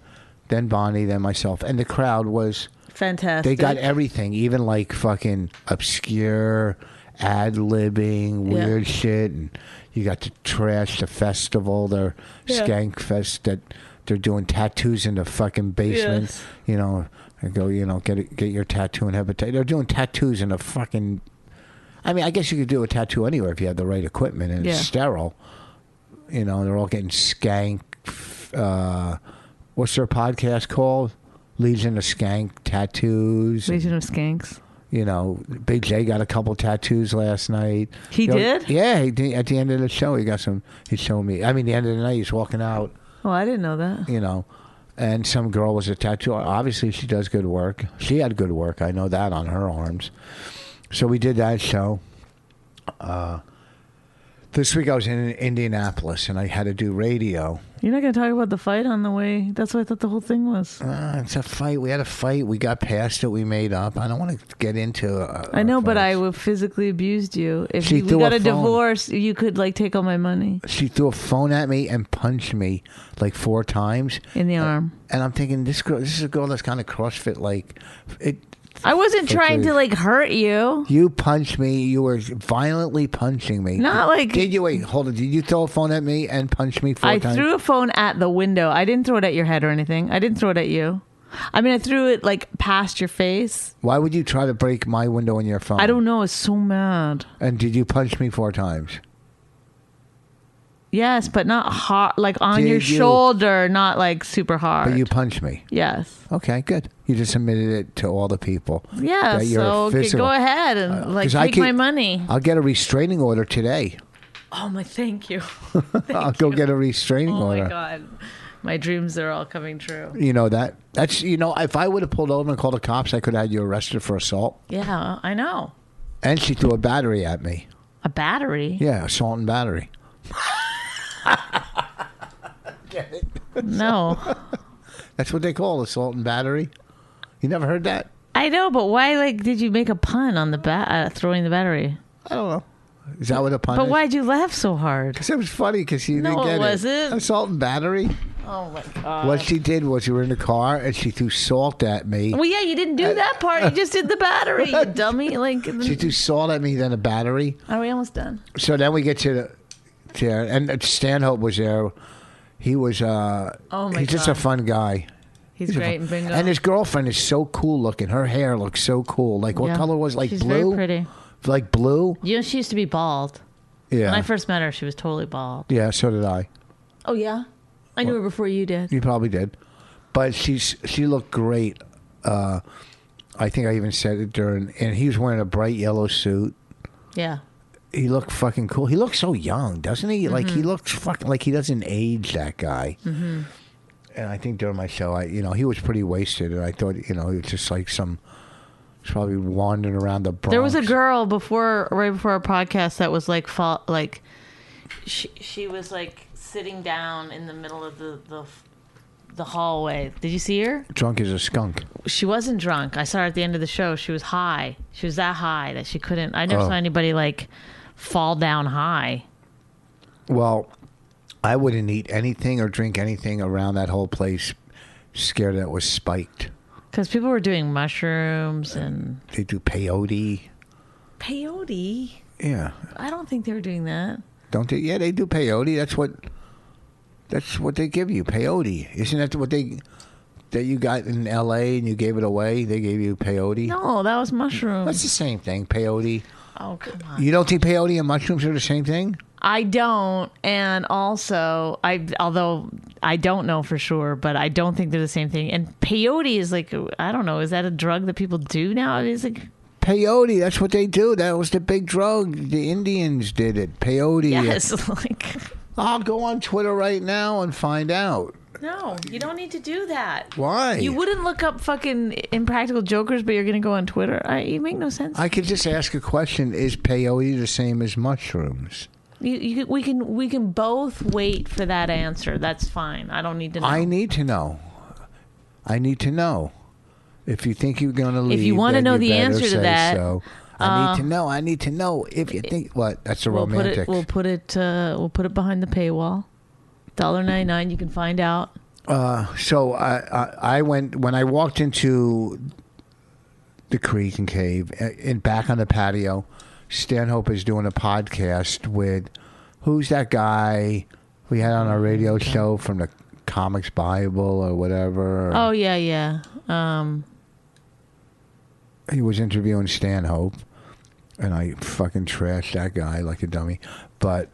S2: then Bonnie, then myself, and the crowd was.
S3: Fantastic.
S2: They got everything, even like fucking obscure ad libbing
S3: Yeah.
S2: weird shit, and you got to trash the festival, their
S3: Yeah.
S2: skank fest that they're doing tattoos in the fucking basement.
S3: Yes.
S2: You know, and go, you know, get it, get your tattoo and have a tattoo. They're doing tattoos in a fucking. I mean, I guess you could do a tattoo anywhere if you had the right equipment and
S3: Yeah.
S2: it's sterile. You know, they're all getting skank. Uh, what's their podcast called? Legion of Skank tattoos.
S3: Legion of Skanks.
S2: You know, Big J got a couple tattoos last night.
S3: He
S2: You know,
S3: did?
S2: Yeah, he did. at the end of the show, he got some. He showed me. I mean, the end of the night, he's walking out.
S3: Oh, I didn't know that.
S2: You know, and some girl was a tattoo. Obviously, she does good work. She had good work. I know that on her arms. So we did that show. Uh, this week I was in Indianapolis and I had to do radio.
S3: You're not going to talk about the fight on the way. That's what I thought the whole thing was.
S2: Uh, it's a fight. We had a fight. We got past it. We made up. I don't want to get into. Uh,
S3: I know, but I
S2: fights.
S3: would physically abused you. If
S2: She
S3: you, we
S2: threw
S3: got
S2: a
S3: a
S2: phone.
S3: divorce, you could like take all my money
S2: she threw a phone at me and punched me like four times.
S3: in the arm.
S2: And I'm thinking, this girl, this is a girl that's kind of CrossFit like. It,
S3: I wasn't
S2: So
S3: trying to
S2: please.
S3: like hurt you.
S2: you punched me. You were violently punching me.
S3: Not like-
S2: Did you wait? Hold on. Did you throw a phone at me and punch me four
S3: I
S2: times?
S3: threw a phone at the window. I didn't throw it at your head or anything. I didn't throw it at you. I mean, I threw it like past your face.
S2: Why would you try to break my window in your phone?
S3: I don't know. I was so mad.
S2: And did you punch me four times?
S3: Yes, but not hard, like on
S2: Did
S3: your
S2: you-
S3: shoulder, not like super hard.
S2: But you punched me.
S3: yes.
S2: Okay, good. You just admitted it to all the people.
S3: Yeah.
S2: that you're
S3: So g-
S2: physical.
S3: go ahead and like
S2: 'Cause I
S3: take my
S2: could-
S3: money.
S2: I'll get a restraining order today.
S3: Oh my, thank you.
S2: I'll go get a restraining
S3: Oh
S2: order.
S3: my god, my dreams are all coming true.
S2: You know that. That's you know. If I would have pulled over and called the cops, I could have had you arrested for assault.
S3: Yeah, I know.
S2: And she threw a battery at me.
S3: A battery.
S2: Yeah, assault and battery.
S3: No,
S2: [LAUGHS] That's what they call assault and battery. You never heard that?
S3: I know, but why? Like, did you make a pun on the bat uh, throwing the battery?
S2: I don't know. Is that what a pun
S3: But
S2: is?
S3: why'd you laugh so hard?
S2: Because it was funny because you
S3: No,
S2: didn't get
S3: it wasn't.
S2: Assault and battery.
S3: Oh my god.
S2: what she did was you were in the car and she threw salt at me.
S3: Well, yeah, you didn't do that part. You just did the
S2: [LAUGHS]
S3: battery, you dummy. Like,
S2: Uh, She threw salt at me, then a battery.
S3: are we almost done?
S2: So then we get to the there, and uh, Stanhope was there. He was uh,
S3: Oh my
S2: he's just a
S3: God.
S2: fun guy.
S3: He's great and bingo.
S2: And his girlfriend is so cool looking. Her hair looks so cool. Like what
S3: Yeah.
S2: color was it? like
S3: She's
S2: blue?
S3: Very pretty.
S2: Like blue.
S3: You know, she used to be bald.
S2: Yeah.
S3: When I first met her, she was totally bald.
S2: yeah. So did I.
S3: Oh yeah, I knew her before you did.
S2: You probably did. But she's she looked great. Uh, I think I even said it during. And he was wearing a bright yellow suit.
S3: Yeah.
S2: He looked fucking cool. He looks so young, doesn't he? Like
S3: Mm-hmm.
S2: he looks fucking like he doesn't age. That guy. And I think during my show, I you know he was pretty wasted, and I thought you know he was just like some. He's probably wandering around the Bronx.
S3: There was a girl before, right before our podcast, that was like, fall, like, she she was like sitting down in the middle of the the the hallway. Did you see her?
S2: drunk as a skunk.
S3: she wasn't drunk. I saw her at the end of the show. She was high. She was that high that she couldn't. I never
S2: Oh.
S3: saw anybody like fall down high.
S2: Well, I wouldn't eat anything or drink anything around that whole place, scared that was spiked.
S3: Because people were doing mushrooms and
S2: They do peyote.
S3: peyote.
S2: Yeah,
S3: I don't think they were doing that.
S2: don't they? Yeah, they do peyote. That's what. That's what they give you. Peyote. Isn't that what they that you got in L.A. and you gave it away? They gave you peyote.
S3: No, that was mushrooms.
S2: That's the same thing. Peyote.
S3: Oh, come on.
S2: You don't think peyote and mushrooms are the same thing?
S3: I don't, and also I, although I don't know for sure, but I don't think they're the same thing. And peyote is like I don't know, is that a drug that people do now? Is like
S2: Peyote. That's what they do. That was the big drug. The Indians did it. Peyote.
S3: yes, [LAUGHS] like
S2: I'll go on Twitter right now and find out
S3: no, you don't need to do that.
S2: why.
S3: You wouldn't look up fucking impractical jokers, but you're gonna go on Twitter. I, you make no sense.
S2: I could just ask a question: Is peyote the same as mushrooms?
S3: you, you, we can we can both wait for that answer. That's fine. I don't need to know.
S2: I need to know. I need to know. If you think you're going to leave,
S3: you wanna
S2: then
S3: know the
S2: better
S3: answer to
S2: say
S3: that, uh,
S2: so. I need to know. I need to know if you think what that's a
S3: we'll
S2: romantic.
S3: put it. We'll put it. Uh, we'll put it behind the paywall. Dollar ninety nine. You can find out.
S2: so I, I I went when I walked into the creek and cave a- and back on the patio. Stanhope is doing a podcast with who's that guy we had on our radio show from the Comics Bible or whatever.
S3: Oh yeah, yeah. Um,
S2: he was interviewing Stanhope, and I fucking trashed that guy like a dummy. But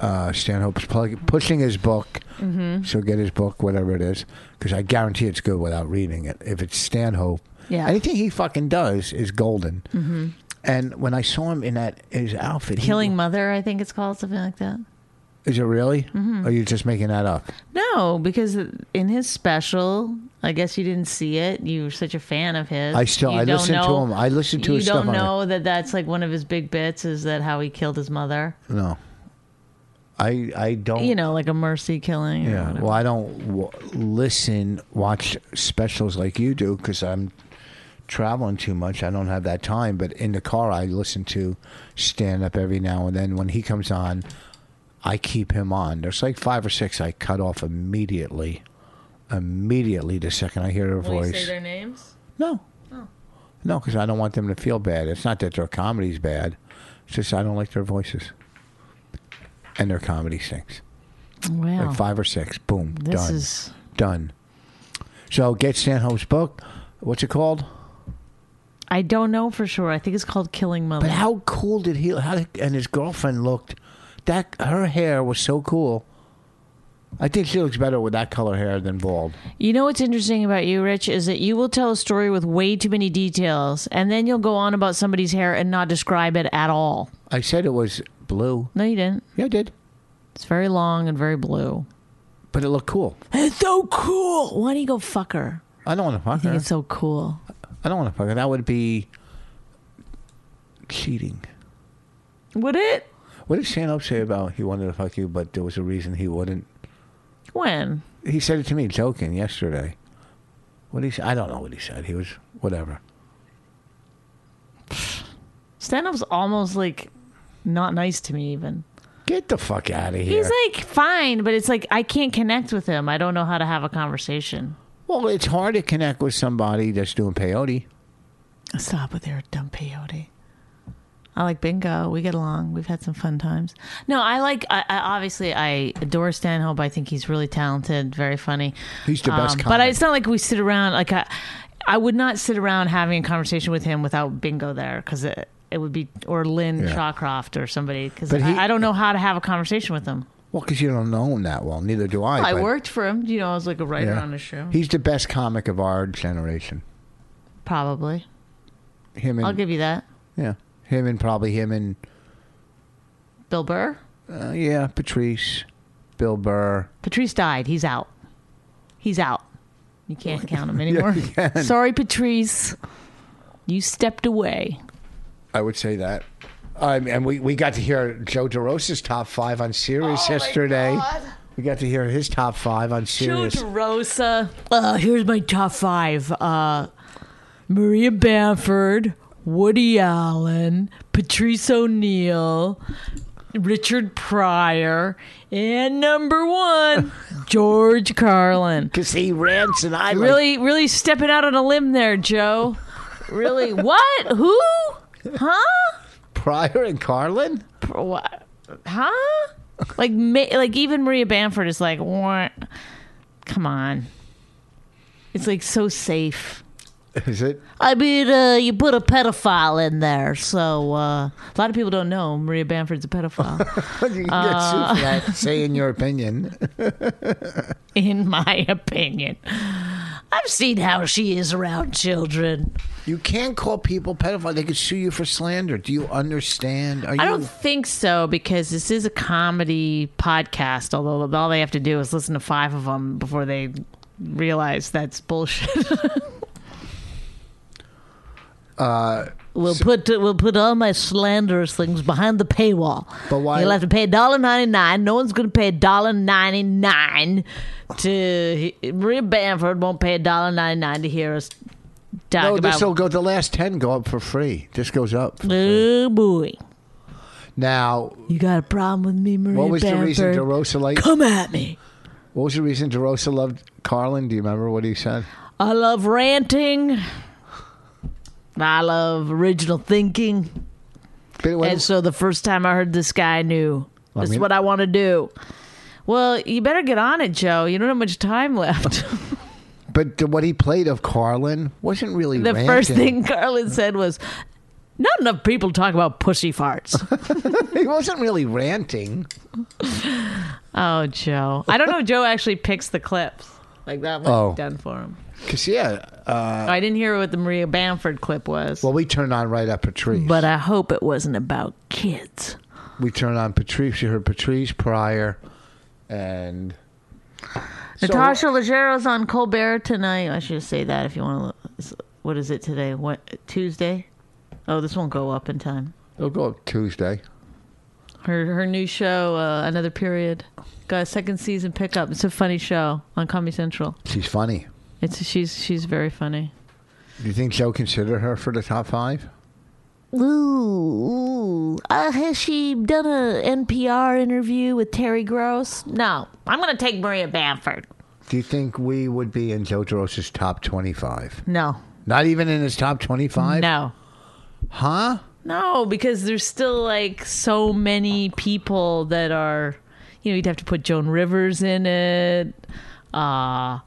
S2: uh, Stanhope's plug- pushing his book,
S3: Mm-hmm.
S2: so get his book, whatever it is, because I guarantee it's good without reading it. If it's Stanhope,
S3: Yeah.
S2: anything he fucking does is golden. Mm-hmm. And when I saw him in that his outfit, he-
S3: Killing Mother, I think it's called something like that.
S2: is it really?
S3: Mm-hmm.
S2: Or Are you just making that up?
S3: No, because in his special, I guess you didn't see it. You were such a fan of his.
S2: I still-
S3: You
S2: I
S3: don't
S2: listened to him. I listened to
S3: You
S2: his
S3: don't
S2: stuff on it.
S3: know that that's like one of his big bits is that how he killed his mother.
S2: No, I I don't.
S3: You know, like a mercy killing. Or
S2: Oh. Yeah.
S3: whatever.
S2: Well, I don't w- listen, watch specials like you do because I'm traveling too much. I don't have that time. But in the car, I listen to stand up every now and then. When he comes on, I keep him on. There's like five or six I cut off immediately. Immediately the second I hear their
S3: Will you
S2: voice.
S3: say Oh. their names?
S2: no. No, because I don't want them to feel bad. It's not that their comedy's bad. It's just I don't like their voices. And their comedy stinks.
S3: Wow.
S2: Like five or six. Boom.
S3: Oh. This
S2: done.
S3: is-
S2: done. So get Stanhope's book. What's it called?
S3: I don't know for sure. I think it's called Killing Mother.
S2: But how cool did he? How did, and his girlfriend looked. That her hair was so cool. I think she looks better with that color hair than bald.
S3: You know what's interesting about you, Rich, is that you will tell a story with way too many details, and then you'll go on about somebody's hair and not describe it at all.
S2: I said it was blue.
S3: No, you didn't.
S2: Yeah, I did.
S3: It's very long and very blue.
S2: But it looked cool.
S3: It's so cool. Why don't you go fuck her?
S2: I don't want to fuck
S3: I think
S2: her.
S3: it's so cool.
S2: I don't want to fuck her. That would be cheating.
S3: Would it?
S2: What did Stanhope say about he wanted to fuck you, but there was a reason he wouldn't?
S3: When?
S2: He said it to me joking yesterday. What he said? I don't know what he said. He was whatever.
S3: Stand up's almost like not nice to me, even.
S2: Get the fuck out of here.
S3: He's like fine, but it's like I can't connect with him. I don't know how to have a conversation.
S2: well, it's hard to connect with somebody that's doing peyote.
S3: Stop with your dumb peyote. I like bingo. We get along. We've had some fun times. No, I like. I, I obviously I adore Stanhope. I think he's really talented, very funny. Um,
S2: He's the best
S3: But I,
S2: comic.
S3: it's not like we sit around. Like I, I would not sit around having a conversation with him without bingo there because it, it would be or Lynn
S2: Yeah.
S3: Shawcroft or somebody because
S2: But he-
S3: I, I don't know how to have a conversation with him.
S2: Well, because you don't know him that well. Neither do I.
S3: I
S2: but-
S3: worked for him. You know, I was like a writer
S2: Yeah.
S3: on the show.
S2: He's the best comic of our generation.
S3: Probably.
S2: Him and
S3: I'll give you that.
S2: yeah, him and probably him and
S3: Bill Burr.
S2: uh, yeah, Patrice, Bill Burr.
S3: Patrice died. He's out. He's out. You can't
S2: [LAUGHS]
S3: count him anymore.
S2: you can.
S3: Sorry, Patrice. You stepped away.
S2: I would say that. Um, and we, we got to hear Joe DeRosa's top five on Sirius
S3: Oh
S2: yesterday. We got to hear his top five on Sirius.
S3: Shoot, Rosa. Uh, here's my top five uh, Maria Bamford, Woody Allen, Patrice O'Neill, Richard Pryor, and
S2: [LAUGHS]
S3: number one, George Carlin.
S2: Because he rants and I
S3: Really, really stepping out on a limb there, Joe. Really, what? Who? Huh?
S2: Pryor and Carlin?
S3: Pr- What? Huh? Like, ma- like even Maria Bamford is like, what? Come on. It's like so safe.
S2: Is it?
S3: I mean, uh, you put a pedophile in there, so uh, a lot of people don't know Maria Bamford's a pedophile.
S2: you can get
S3: Uh.
S2: sued for
S3: [LAUGHS]
S2: that. Say in your opinion.
S3: in my opinion, I've seen how she is around children.
S2: You can't call people pedophile. They could sue you for slander. Do you understand? Are
S3: I
S2: you
S3: don't think so because this is a comedy podcast. Although all they have to do is listen to five of them before they realize
S2: [LAUGHS]
S3: that's bullshit. uh,
S2: Uh,
S3: we'll put we'll put all my slanderous things behind the paywall.
S2: But why-
S3: you'll have to pay $1.99. No one's going to pay $1.99 to Maria Bamford won't pay $1.99 to hear us talk
S2: No,
S3: about.
S2: this will go the last ten go up for free. This goes up.
S3: oh boy,
S2: Now
S3: you got a problem with me, Maria
S2: what was
S3: Bamford?
S2: the reason DeRosa liked
S3: Come at me.
S2: what was the reason DeRosa loved Carlin? Do you remember what he said?
S3: I love ranting. I love original thinking.
S2: But what-
S3: and so the first time I heard this guy, I knew
S2: I
S3: this is
S2: mean-
S3: what I want to do. Well, you better get on it, Joe. You don't have much time left. [LAUGHS]
S2: but the- what he played of Carlin wasn't really
S3: the first
S2: ranting.
S3: thing Carlin said was, "Not enough people talk about pussy farts."
S2: [LAUGHS] He wasn't really ranting.
S3: oh, Joe. I don't know. if Joe actually picks the clips. Like that one's
S2: Oh.
S3: done for him. Oh,
S2: Cause yeah, uh,
S3: I didn't hear what the Maria Bamford clip was,
S2: well we turned on right at Patrice.
S3: but I hope it wasn't about kids.
S2: we turned on Patrice. You heard Patrice Pryor, and So-
S3: Natasha Leggero's on Colbert tonight. I should say that if you want to. What is it today? What Tuesday? Oh, this won't go up in time.
S2: It'll go up Tuesday.
S3: Her her new show, uh, another period, got a second season pickup. It's a funny show on Comedy Central.
S2: She's funny.
S3: It's she's she's very funny.
S2: Do you think Joe considered her for the top five?
S3: Ooh, uh, has she done a NPR interview with Terry Gross? No, I'm gonna take Maria Bamford.
S2: Do you think we would be in Joe DeRosa's top twenty-five?
S3: No,
S2: Not even in his top twenty-five?
S3: no.
S2: Huh?
S3: No, because there's still like so many people that are, you know, you'd have to put Joan Rivers in it, uh,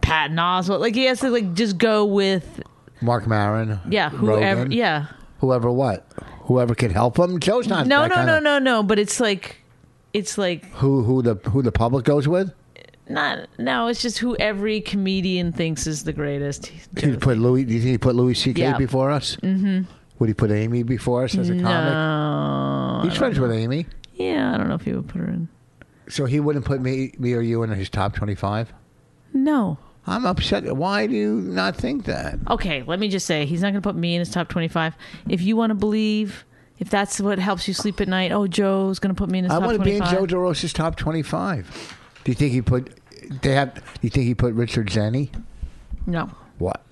S3: Patton Oswalt. Like he has to like just go with
S2: Mark Maron.
S3: yeah, whoever.
S2: Rogan?
S3: Yeah,
S2: Whoever what? Whoever could help him? Joe's not.
S3: no,
S2: that
S3: no,
S2: kind
S3: no,
S2: of-
S3: no, no. But it's like, it's like
S2: Who who the who the public goes with?
S3: not. No, it's just who every comedian thinks is the greatest.
S2: He put Louis. Do you think he put Louis C.K.
S3: Yeah.
S2: before us? Mm-hmm. Would he put Amy before us as a comic?
S3: No.
S2: He's friends with Amy,
S3: Yeah, I don't know if you would put her in.
S2: so he wouldn't put me me or you in his top twenty-five.
S3: No.
S2: I'm upset. Why do you not think that?
S3: okay, let me just say he's not going to put me in his top 25. If you want to believe, if that's what helps you sleep at night, oh, Joe's going to put me in his
S2: I
S3: top
S2: want to
S3: 25.
S2: be in Joe DeRosa's top twenty-five. Do you think he put? They have. Do you think he put Richard Zanny?
S3: no.
S2: What?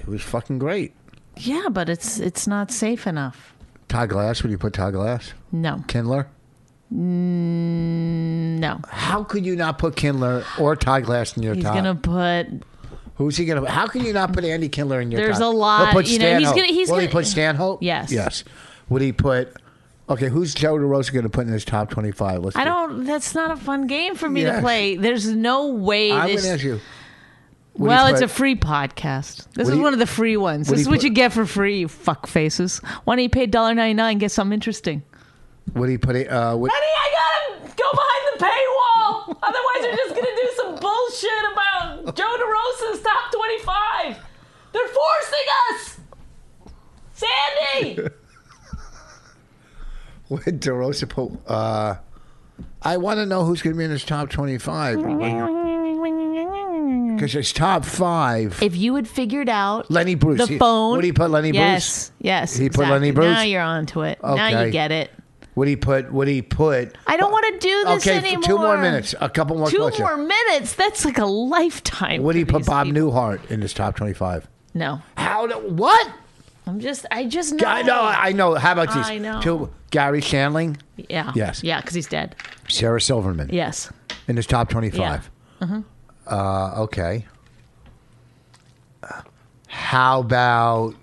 S2: It was fucking great.
S3: Yeah, but it's it's not safe enough.
S2: Todd Glass. Would you put Todd Glass?
S3: No.
S2: Kindler.
S3: No.
S2: How could you not put Kindler or Todd Glass in your
S3: He's
S2: top?
S3: going to put
S2: Who's he gonna? How can you not put Andy Kindler in your?
S3: There's
S2: top?
S3: a lot,
S2: He'll put
S3: you know, he's
S2: Stanhope.
S3: gonna- he's
S2: Will he
S3: gonna-
S2: put Stanhope?
S3: Yes.
S2: Yes. Would he put? Okay, who's Joe DeRosa going to put in his top twenty-five? Let's.
S3: I
S2: do-
S3: don't that's not a fun game for me
S2: Yes.
S3: to play. There's no way
S2: I'm
S3: this
S2: going to ask you. Would he
S3: Well, it's
S2: put-
S3: a free podcast. This
S2: Would
S3: is
S2: he-
S3: one of the free ones.
S2: would
S3: This
S2: he
S3: is what
S2: put-
S3: you get for free, you fuck faces. Why don't you pay $1.99 and get something interesting?
S2: Would he put it? Uh, would,
S3: Eddie, I gotta go behind the paywall. Otherwise, you're just gonna do some bullshit about Joe DeRosa's top 25. They're forcing us. Sandy.
S2: would DeRosa put? Uh, I want to know who's going to be in his top twenty-five because his top five.
S3: If you had figured out
S2: Lenny Bruce.
S3: the
S2: He-
S3: phone,
S2: Would he put Lenny
S3: yes,
S2: Bruce?
S3: yes,
S2: He put
S3: exactly.
S2: Lenny Bruce?
S3: Now you're onto it. Now
S2: Okay.
S3: you get it.
S2: Would he put? Would he put?
S3: I don't want to do this
S2: okay, f-
S3: anymore.
S2: two more minutes. A couple more
S3: Two
S2: questions.
S3: more minutes. That's like a lifetime.
S2: Would he
S3: for
S2: put
S3: these
S2: Bob
S3: people.
S2: Newhart in his top twenty-five?
S3: No.
S2: How? Do, what?
S3: I'm just, I just know.
S2: I know, I know. How about these?
S3: I know.
S2: Two, Gary Shandling,
S3: Yeah.
S2: Yes.
S3: Yeah, because he's dead.
S2: Sarah Silverman
S3: Yes.
S2: in his top 25. Uh, okay. How about.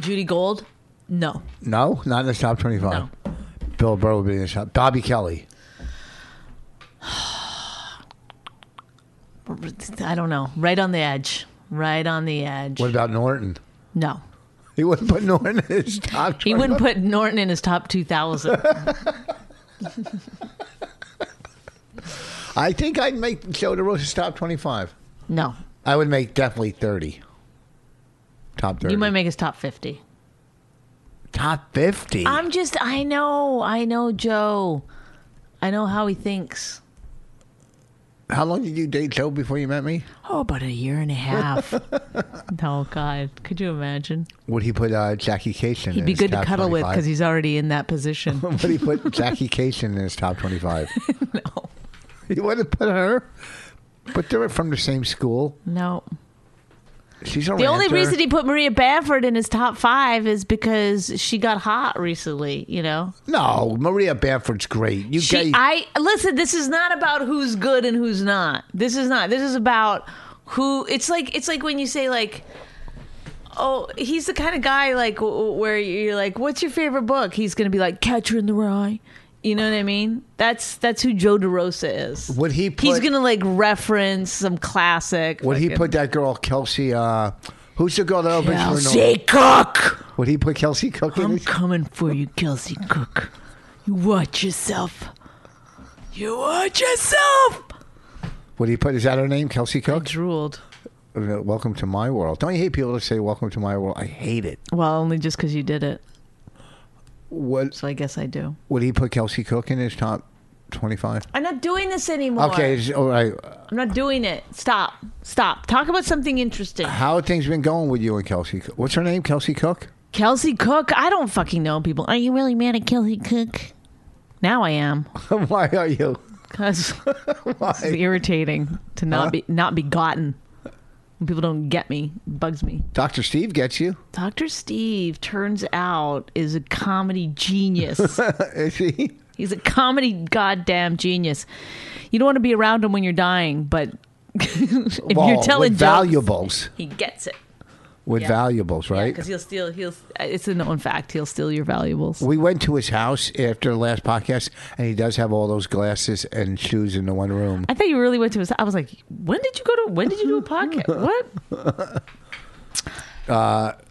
S3: Judy Gold? No.
S2: No, not in his top 25. Bill Burr would be in his top. Bobby Kelly.
S3: I don't know. Right on the edge. Right on the edge.
S2: What about Norton?
S3: no.
S2: He wouldn't put Norton in his top 25.
S3: He wouldn't put Norton in his top 2,000.
S2: I think I'd make Joe DeRosa's top 25.
S3: No.
S2: I would make definitely 30. Top 30.
S3: You might make his top 50.
S2: top 50.
S3: I'm just, I know. I know Joe. I know how he thinks.
S2: How long did you date Joe before you met me?
S3: Oh, about a year and a half. oh, God. Could you imagine?
S2: Would he put uh, Jackie Cation?
S3: He'd be good to cuddle with because he's already in that position.
S2: Would he put Jackie Cation in his top 25? no. [LAUGHS] He wouldn't put her. But they were from the same school.
S3: no.
S2: She's a
S3: The only
S2: ranter.
S3: reason he put Maria Bamford in his top five is because she got hot recently, you know?
S2: No, Maria Bamford's great. You
S3: She,
S2: gay-
S3: I listen. This is not about who's good and who's not. This is not. This is about who. It's like it's like when you say like, oh, he's the kind of guy like w- w- where you're like, what's your favorite book? He's gonna be like Catcher in the Rye. You know what I mean? That's that's who Joe DeRosa is.
S2: Would he put-
S3: he's gonna like reference some classic.
S2: Would he
S3: fucking-
S2: put that girl Kelsey? Uh, who's the girl that opens for
S3: Kelsey Um, Cook?
S2: Would he put Kelsey Cook in?
S3: I'm
S2: his-
S3: coming for you, Kelsey Cook. You watch yourself. You watch yourself.
S2: Would he put? Is that her name, Kelsey Cook?
S3: Drooled.
S2: Uh, Welcome to my world. Don't you hate people that say "Welcome to my world"? I hate it.
S3: Well, only just because you did it.
S2: What
S3: So I guess I do.
S2: would he put Kelsey Cook in his top twenty-five?
S3: I'm not doing this anymore.
S2: Okay, it's- all right.
S3: I'm not doing it. Stop. Stop. Talk about something interesting.
S2: How have things been going with you and Kelsey? Cook? What's her name, Kelsey Cook? [LAUGHS]
S3: Kelsey Cook. I don't fucking know people. Are you really mad at Kelsey Cook? Now I am. [LAUGHS]
S2: Why are you? [LAUGHS]
S3: Because it's
S2: Why?
S3: irritating to not be not be gotten. When people don't get me, it bugs me.
S2: Doctor Steve gets you. [LAUGHS]
S3: Dr. Steve turns out is a comedy genius.
S2: Is he?
S3: He's a comedy goddamn genius. You don't want to be around him when you're dying, but [LAUGHS] if
S2: Well,
S3: you're telling
S2: with
S3: jokes,
S2: valuables.
S3: he gets it.
S2: With
S3: Yeah.
S2: valuables, right?
S3: Because he'll steal. He'll. It's a known fact. He'll steal your valuables.
S2: We went to his house after the last podcast, and he does have all those glasses and shoes in the one room.
S3: I thought you really went to his. I was like, when did you go to? When did you do a
S2: [LAUGHS]
S3: podcast? what?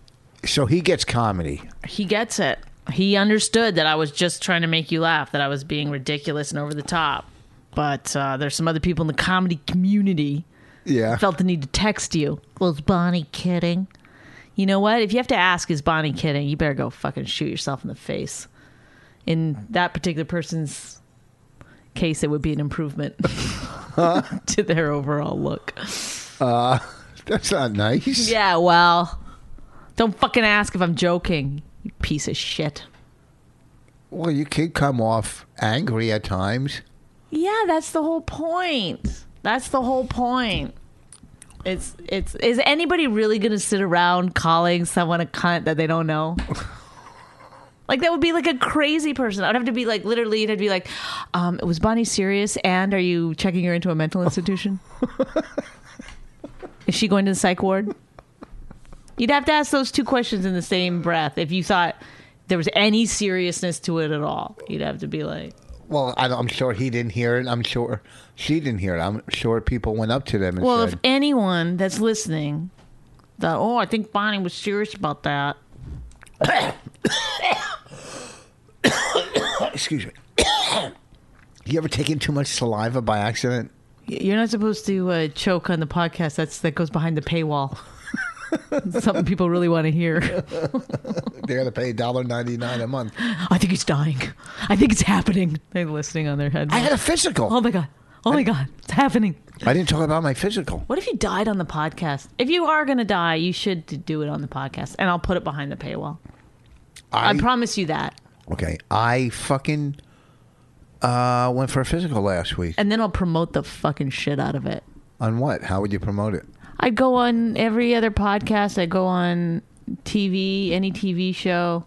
S2: So he gets comedy.
S3: He gets it. He understood that I was just trying to make you laugh. That I was being ridiculous and over the top. But uh, there's some other people in the comedy community
S2: Yeah.
S3: felt the need to text you. Was Bonnie kidding? You know what? If you have to ask, is Bonnie kidding? You better go fucking shoot yourself in the face. In that particular person's case, it would be an improvement [LAUGHS] to their overall look.
S2: That's not nice.
S3: Yeah, well, don't fucking ask if I'm joking, you piece of shit.
S2: Well, you could come off angry at times.
S3: Yeah, that's the whole point. That's the whole point. It's it's is anybody really going to sit around calling someone a cunt that they don't know? like that would be like a crazy person. I'd have to be like literally it'd be like um was Bonnie serious and are you checking her into a mental institution? is she going to the psych ward? You'd have to ask those two questions in the same breath if you thought there was any seriousness to it at all. You'd have to be like
S2: Well, I, don't- I'm sure he didn't hear it. I'm sure she didn't hear it. I'm sure people went up to them and
S3: Well,
S2: said,
S3: if anyone that's listening thought, oh, I think Bonnie was serious about that.
S2: "Excuse me." [COUGHS] you ever taken too much saliva by accident?
S3: Y- You're not supposed to uh, choke on the podcast. That's that goes behind the paywall. [LAUGHS] It's Something people really want to hear.
S2: They're gonna pay $1.99 a month.
S3: I think he's dying. I think it's happening. They're listening on their head.
S2: I had a
S3: oh
S2: physical.
S3: my god. Oh my god. It's happening.
S2: I didn't talk about my physical.
S3: What if you died on the podcast? If you are going to die, you should d- do it on the podcast, and I'll put it behind the paywall. I, promise you that.
S2: Okay, I fucking uh, went for a physical last week.
S3: And then I'll promote the fucking shit out of it.
S2: On what? How would you promote it? [LAUGHS]
S3: I go on every other podcast. I go on TV, any TV show,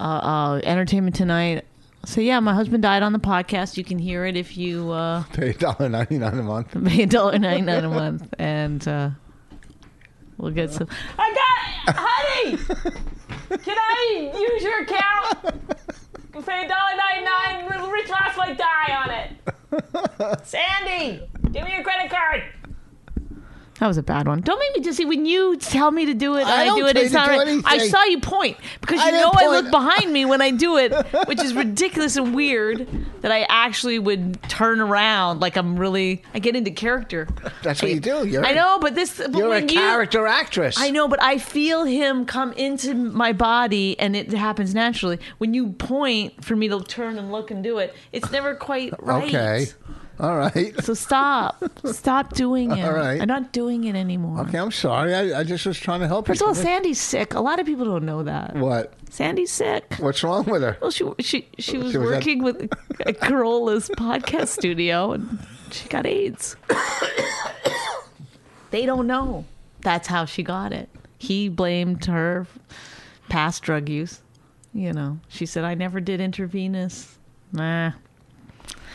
S3: uh, uh, Entertainment Tonight. So yeah, my husband died on the podcast. You can hear it if you uh, [LAUGHS]
S2: Pay $1.99 a month.
S3: pay a dollar ninety nine a month, and uh, we'll get some. I got, it! honey. Can I use your account? Pay a dollar ninety nine. Rich Ross might die on it. Sandy, give me your credit card. That was a bad one. Don't make me just see when you tell me to do it.
S2: I
S3: I, do
S2: don't
S3: it.
S2: try
S3: It's
S2: to
S3: not
S2: do
S3: right. I
S2: anything.
S3: saw you point because
S2: I
S3: you
S2: didn't
S3: know I
S2: point.
S3: look behind me when I
S2: [LAUGHS]
S3: do it, which is ridiculous and weird. That I actually would turn around like I'm really. I get into character.
S2: That's what you do. You're,
S3: I know, but this. But
S2: You're a
S3: when you,
S2: character actress.
S3: I know, but I feel him come into my body, and it happens naturally. When you point for me to turn and look and do it, it's never quite right.
S2: Okay. All right. [LAUGHS]
S3: So stop, stop doing it.
S2: All right.
S3: I'm not doing it anymore.
S2: Okay, I'm sorry. I, I just was trying to help
S3: First
S2: you.
S3: of all, Sandy's sick. A lot of people don't know that.
S2: what?
S3: Sandy's sick.
S2: What's wrong with her?
S3: Well, she she she was,
S2: She was at-
S3: working with a Corola's podcast studio, and she got AIDS. they don't know. That's how she got it. He blamed her past drug use. You know, she said, "I never did intravenous." Nah.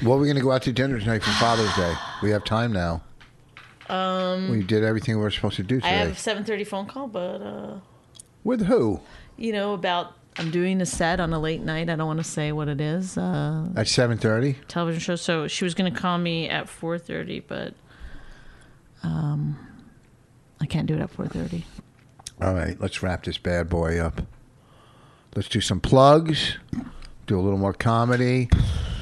S2: Well, we're going to go out to dinner tonight for Father's Day. We have time now. Um, we did everything we were supposed to do
S3: I
S2: today.
S3: have a seven thirty phone call, but uh,
S2: With who?
S3: you know about I'm doing a set on a late night. I don't want to say what it is. Uh,
S2: At seven thirty.
S3: television show. So she was going to call me at 4:30, but um, I can't do it at 4:30.
S2: All right, let's wrap this bad boy up. Let's do some plugs, do a little more comedy.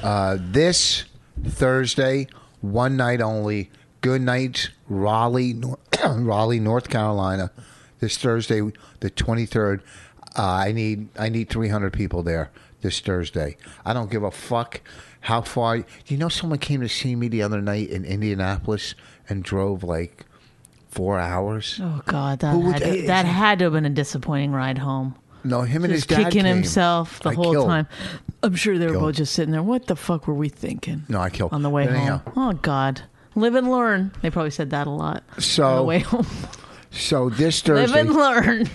S2: Uh, this Thursday, one night only. Good night, Raleigh, Nor- [COUGHS] Raleigh, North Carolina. This Thursday, the twenty third. Uh, I need I need three hundred people there this Thursday. I don't give a fuck how far. You know, someone came to see me the other night in Indianapolis and drove like four hours.
S3: Oh God, that
S2: Who would-
S3: had to, that had to have been a disappointing ride home.
S2: No, him and his
S3: Just
S2: dad
S3: kicking
S2: came.
S3: himself the
S2: I
S3: whole
S2: killed.
S3: time. I'm sure they were
S2: Killed.
S3: both just sitting there. What the fuck were we thinking?
S2: No, I killed.
S3: on the way
S2: But
S3: home.
S2: anyhow,
S3: Oh God, live and learn. They probably said that a lot on the
S2: So,
S3: way home.
S2: so this
S3: live
S2: Thursday,
S3: and learn.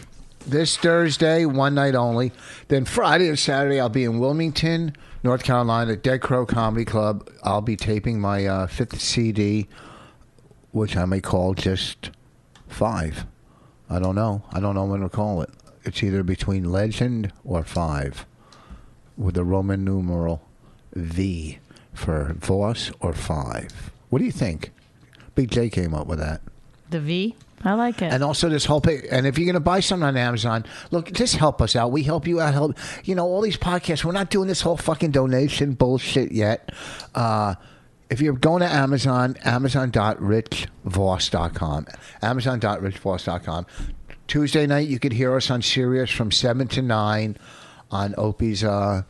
S2: this Thursday, one night only. Then Friday and Saturday, I'll be in Wilmington, North Carolina, Dead Crow Comedy Club. I'll be taping my uh, fifth CD, which I may call just five. I don't know. I don't know when to call it. It's either between legend or five, with the Roman numeral V for Voss or five. What do you think? Big J came up with that.
S3: The V. I like it.
S2: and also this whole pay- and if you're going to buy something on amazon look just help us out we help you out help you know all these podcasts we're not doing this whole fucking donation bullshit yet uh if you're going to Amazon, amazon.richvoss.com, amazon.richvoss.com. Tuesday night, you could hear us on Sirius from 7 to 9 on Opie's uh,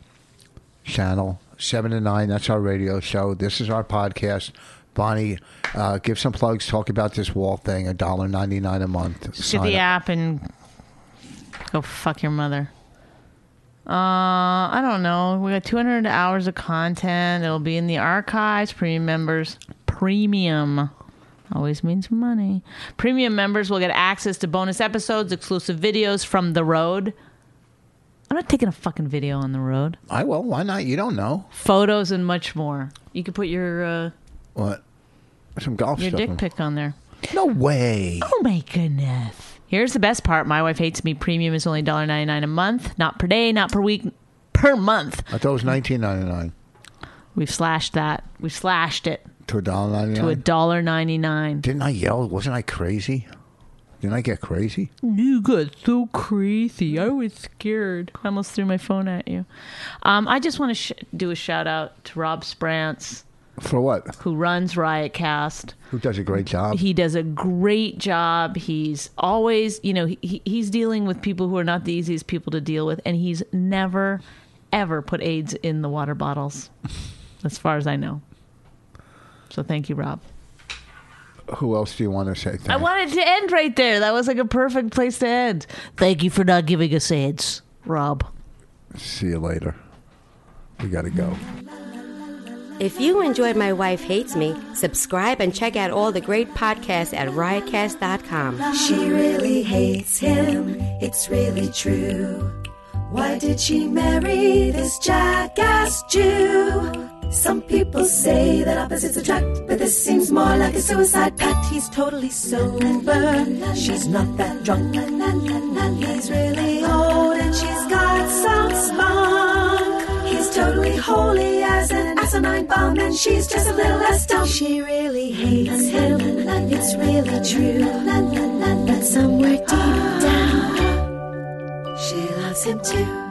S2: channel, 7 to 9. That's our radio show. This is our podcast. Bonnie, uh, give some plugs. Talk about this wall thing, $1.99 a month.
S3: Get
S2: Sign
S3: the
S2: up.
S3: app and go fuck your mother. Uh, I don't know. We got 200 hours of content. It'll be in the archives. Premium members, premium always means money. Premium members will get access to bonus episodes, exclusive videos from the road. I'm not taking a fucking video on the road.
S2: I will. Why not? You don't know.
S3: Photos and much more. You can put your uh,
S2: What? Some golf
S3: your
S2: stuff.
S3: dick pic on there.
S2: No way.
S3: Oh my goodness. Here's the best part. My wife hates me. Premium is only $1.99 a month, not per day, not per week, per month.
S2: I thought it was nineteen ninety nine
S3: We've slashed that. We've slashed it
S2: to a dollar ninety
S3: to a
S2: nine.
S3: dollar ninety nine.
S2: Didn't I yell? Wasn't I crazy? Didn't I get crazy?
S3: You got so crazy. I was scared. I almost threw my phone at you. Um, I just want to sh- do a shout out to Rob Sprance,
S2: For what?
S3: who runs Riotcast.
S2: Who does a great job?
S3: he does a great job. He's always, you know, he, he's dealing with people who are not the easiest people to deal with, and he's never, ever put AIDS in the water bottles, as far as I know. So thank you, Rob.
S2: Who else do you want to say?
S3: I
S2: thanks?
S3: wanted to end right there. That was like a perfect place to end. Thank you for not giving us AIDS, Rob.
S2: See you later. We got to go.
S1: La
S5: If you enjoyed My Wife Hates Me, subscribe and check out all the great podcasts at riotcast.com.
S1: She really hates him, it's really true. Why did she marry this jackass Jew? Some people say that opposites attract, but this seems more like a suicide pact. He's totally sober, she's not that drunk. He's really old and she's got some spunk. He's totally holy as an asinine bomb, and she's just a little less dumb. She really hates him, it's really true. But somewhere deep down, she loves him too.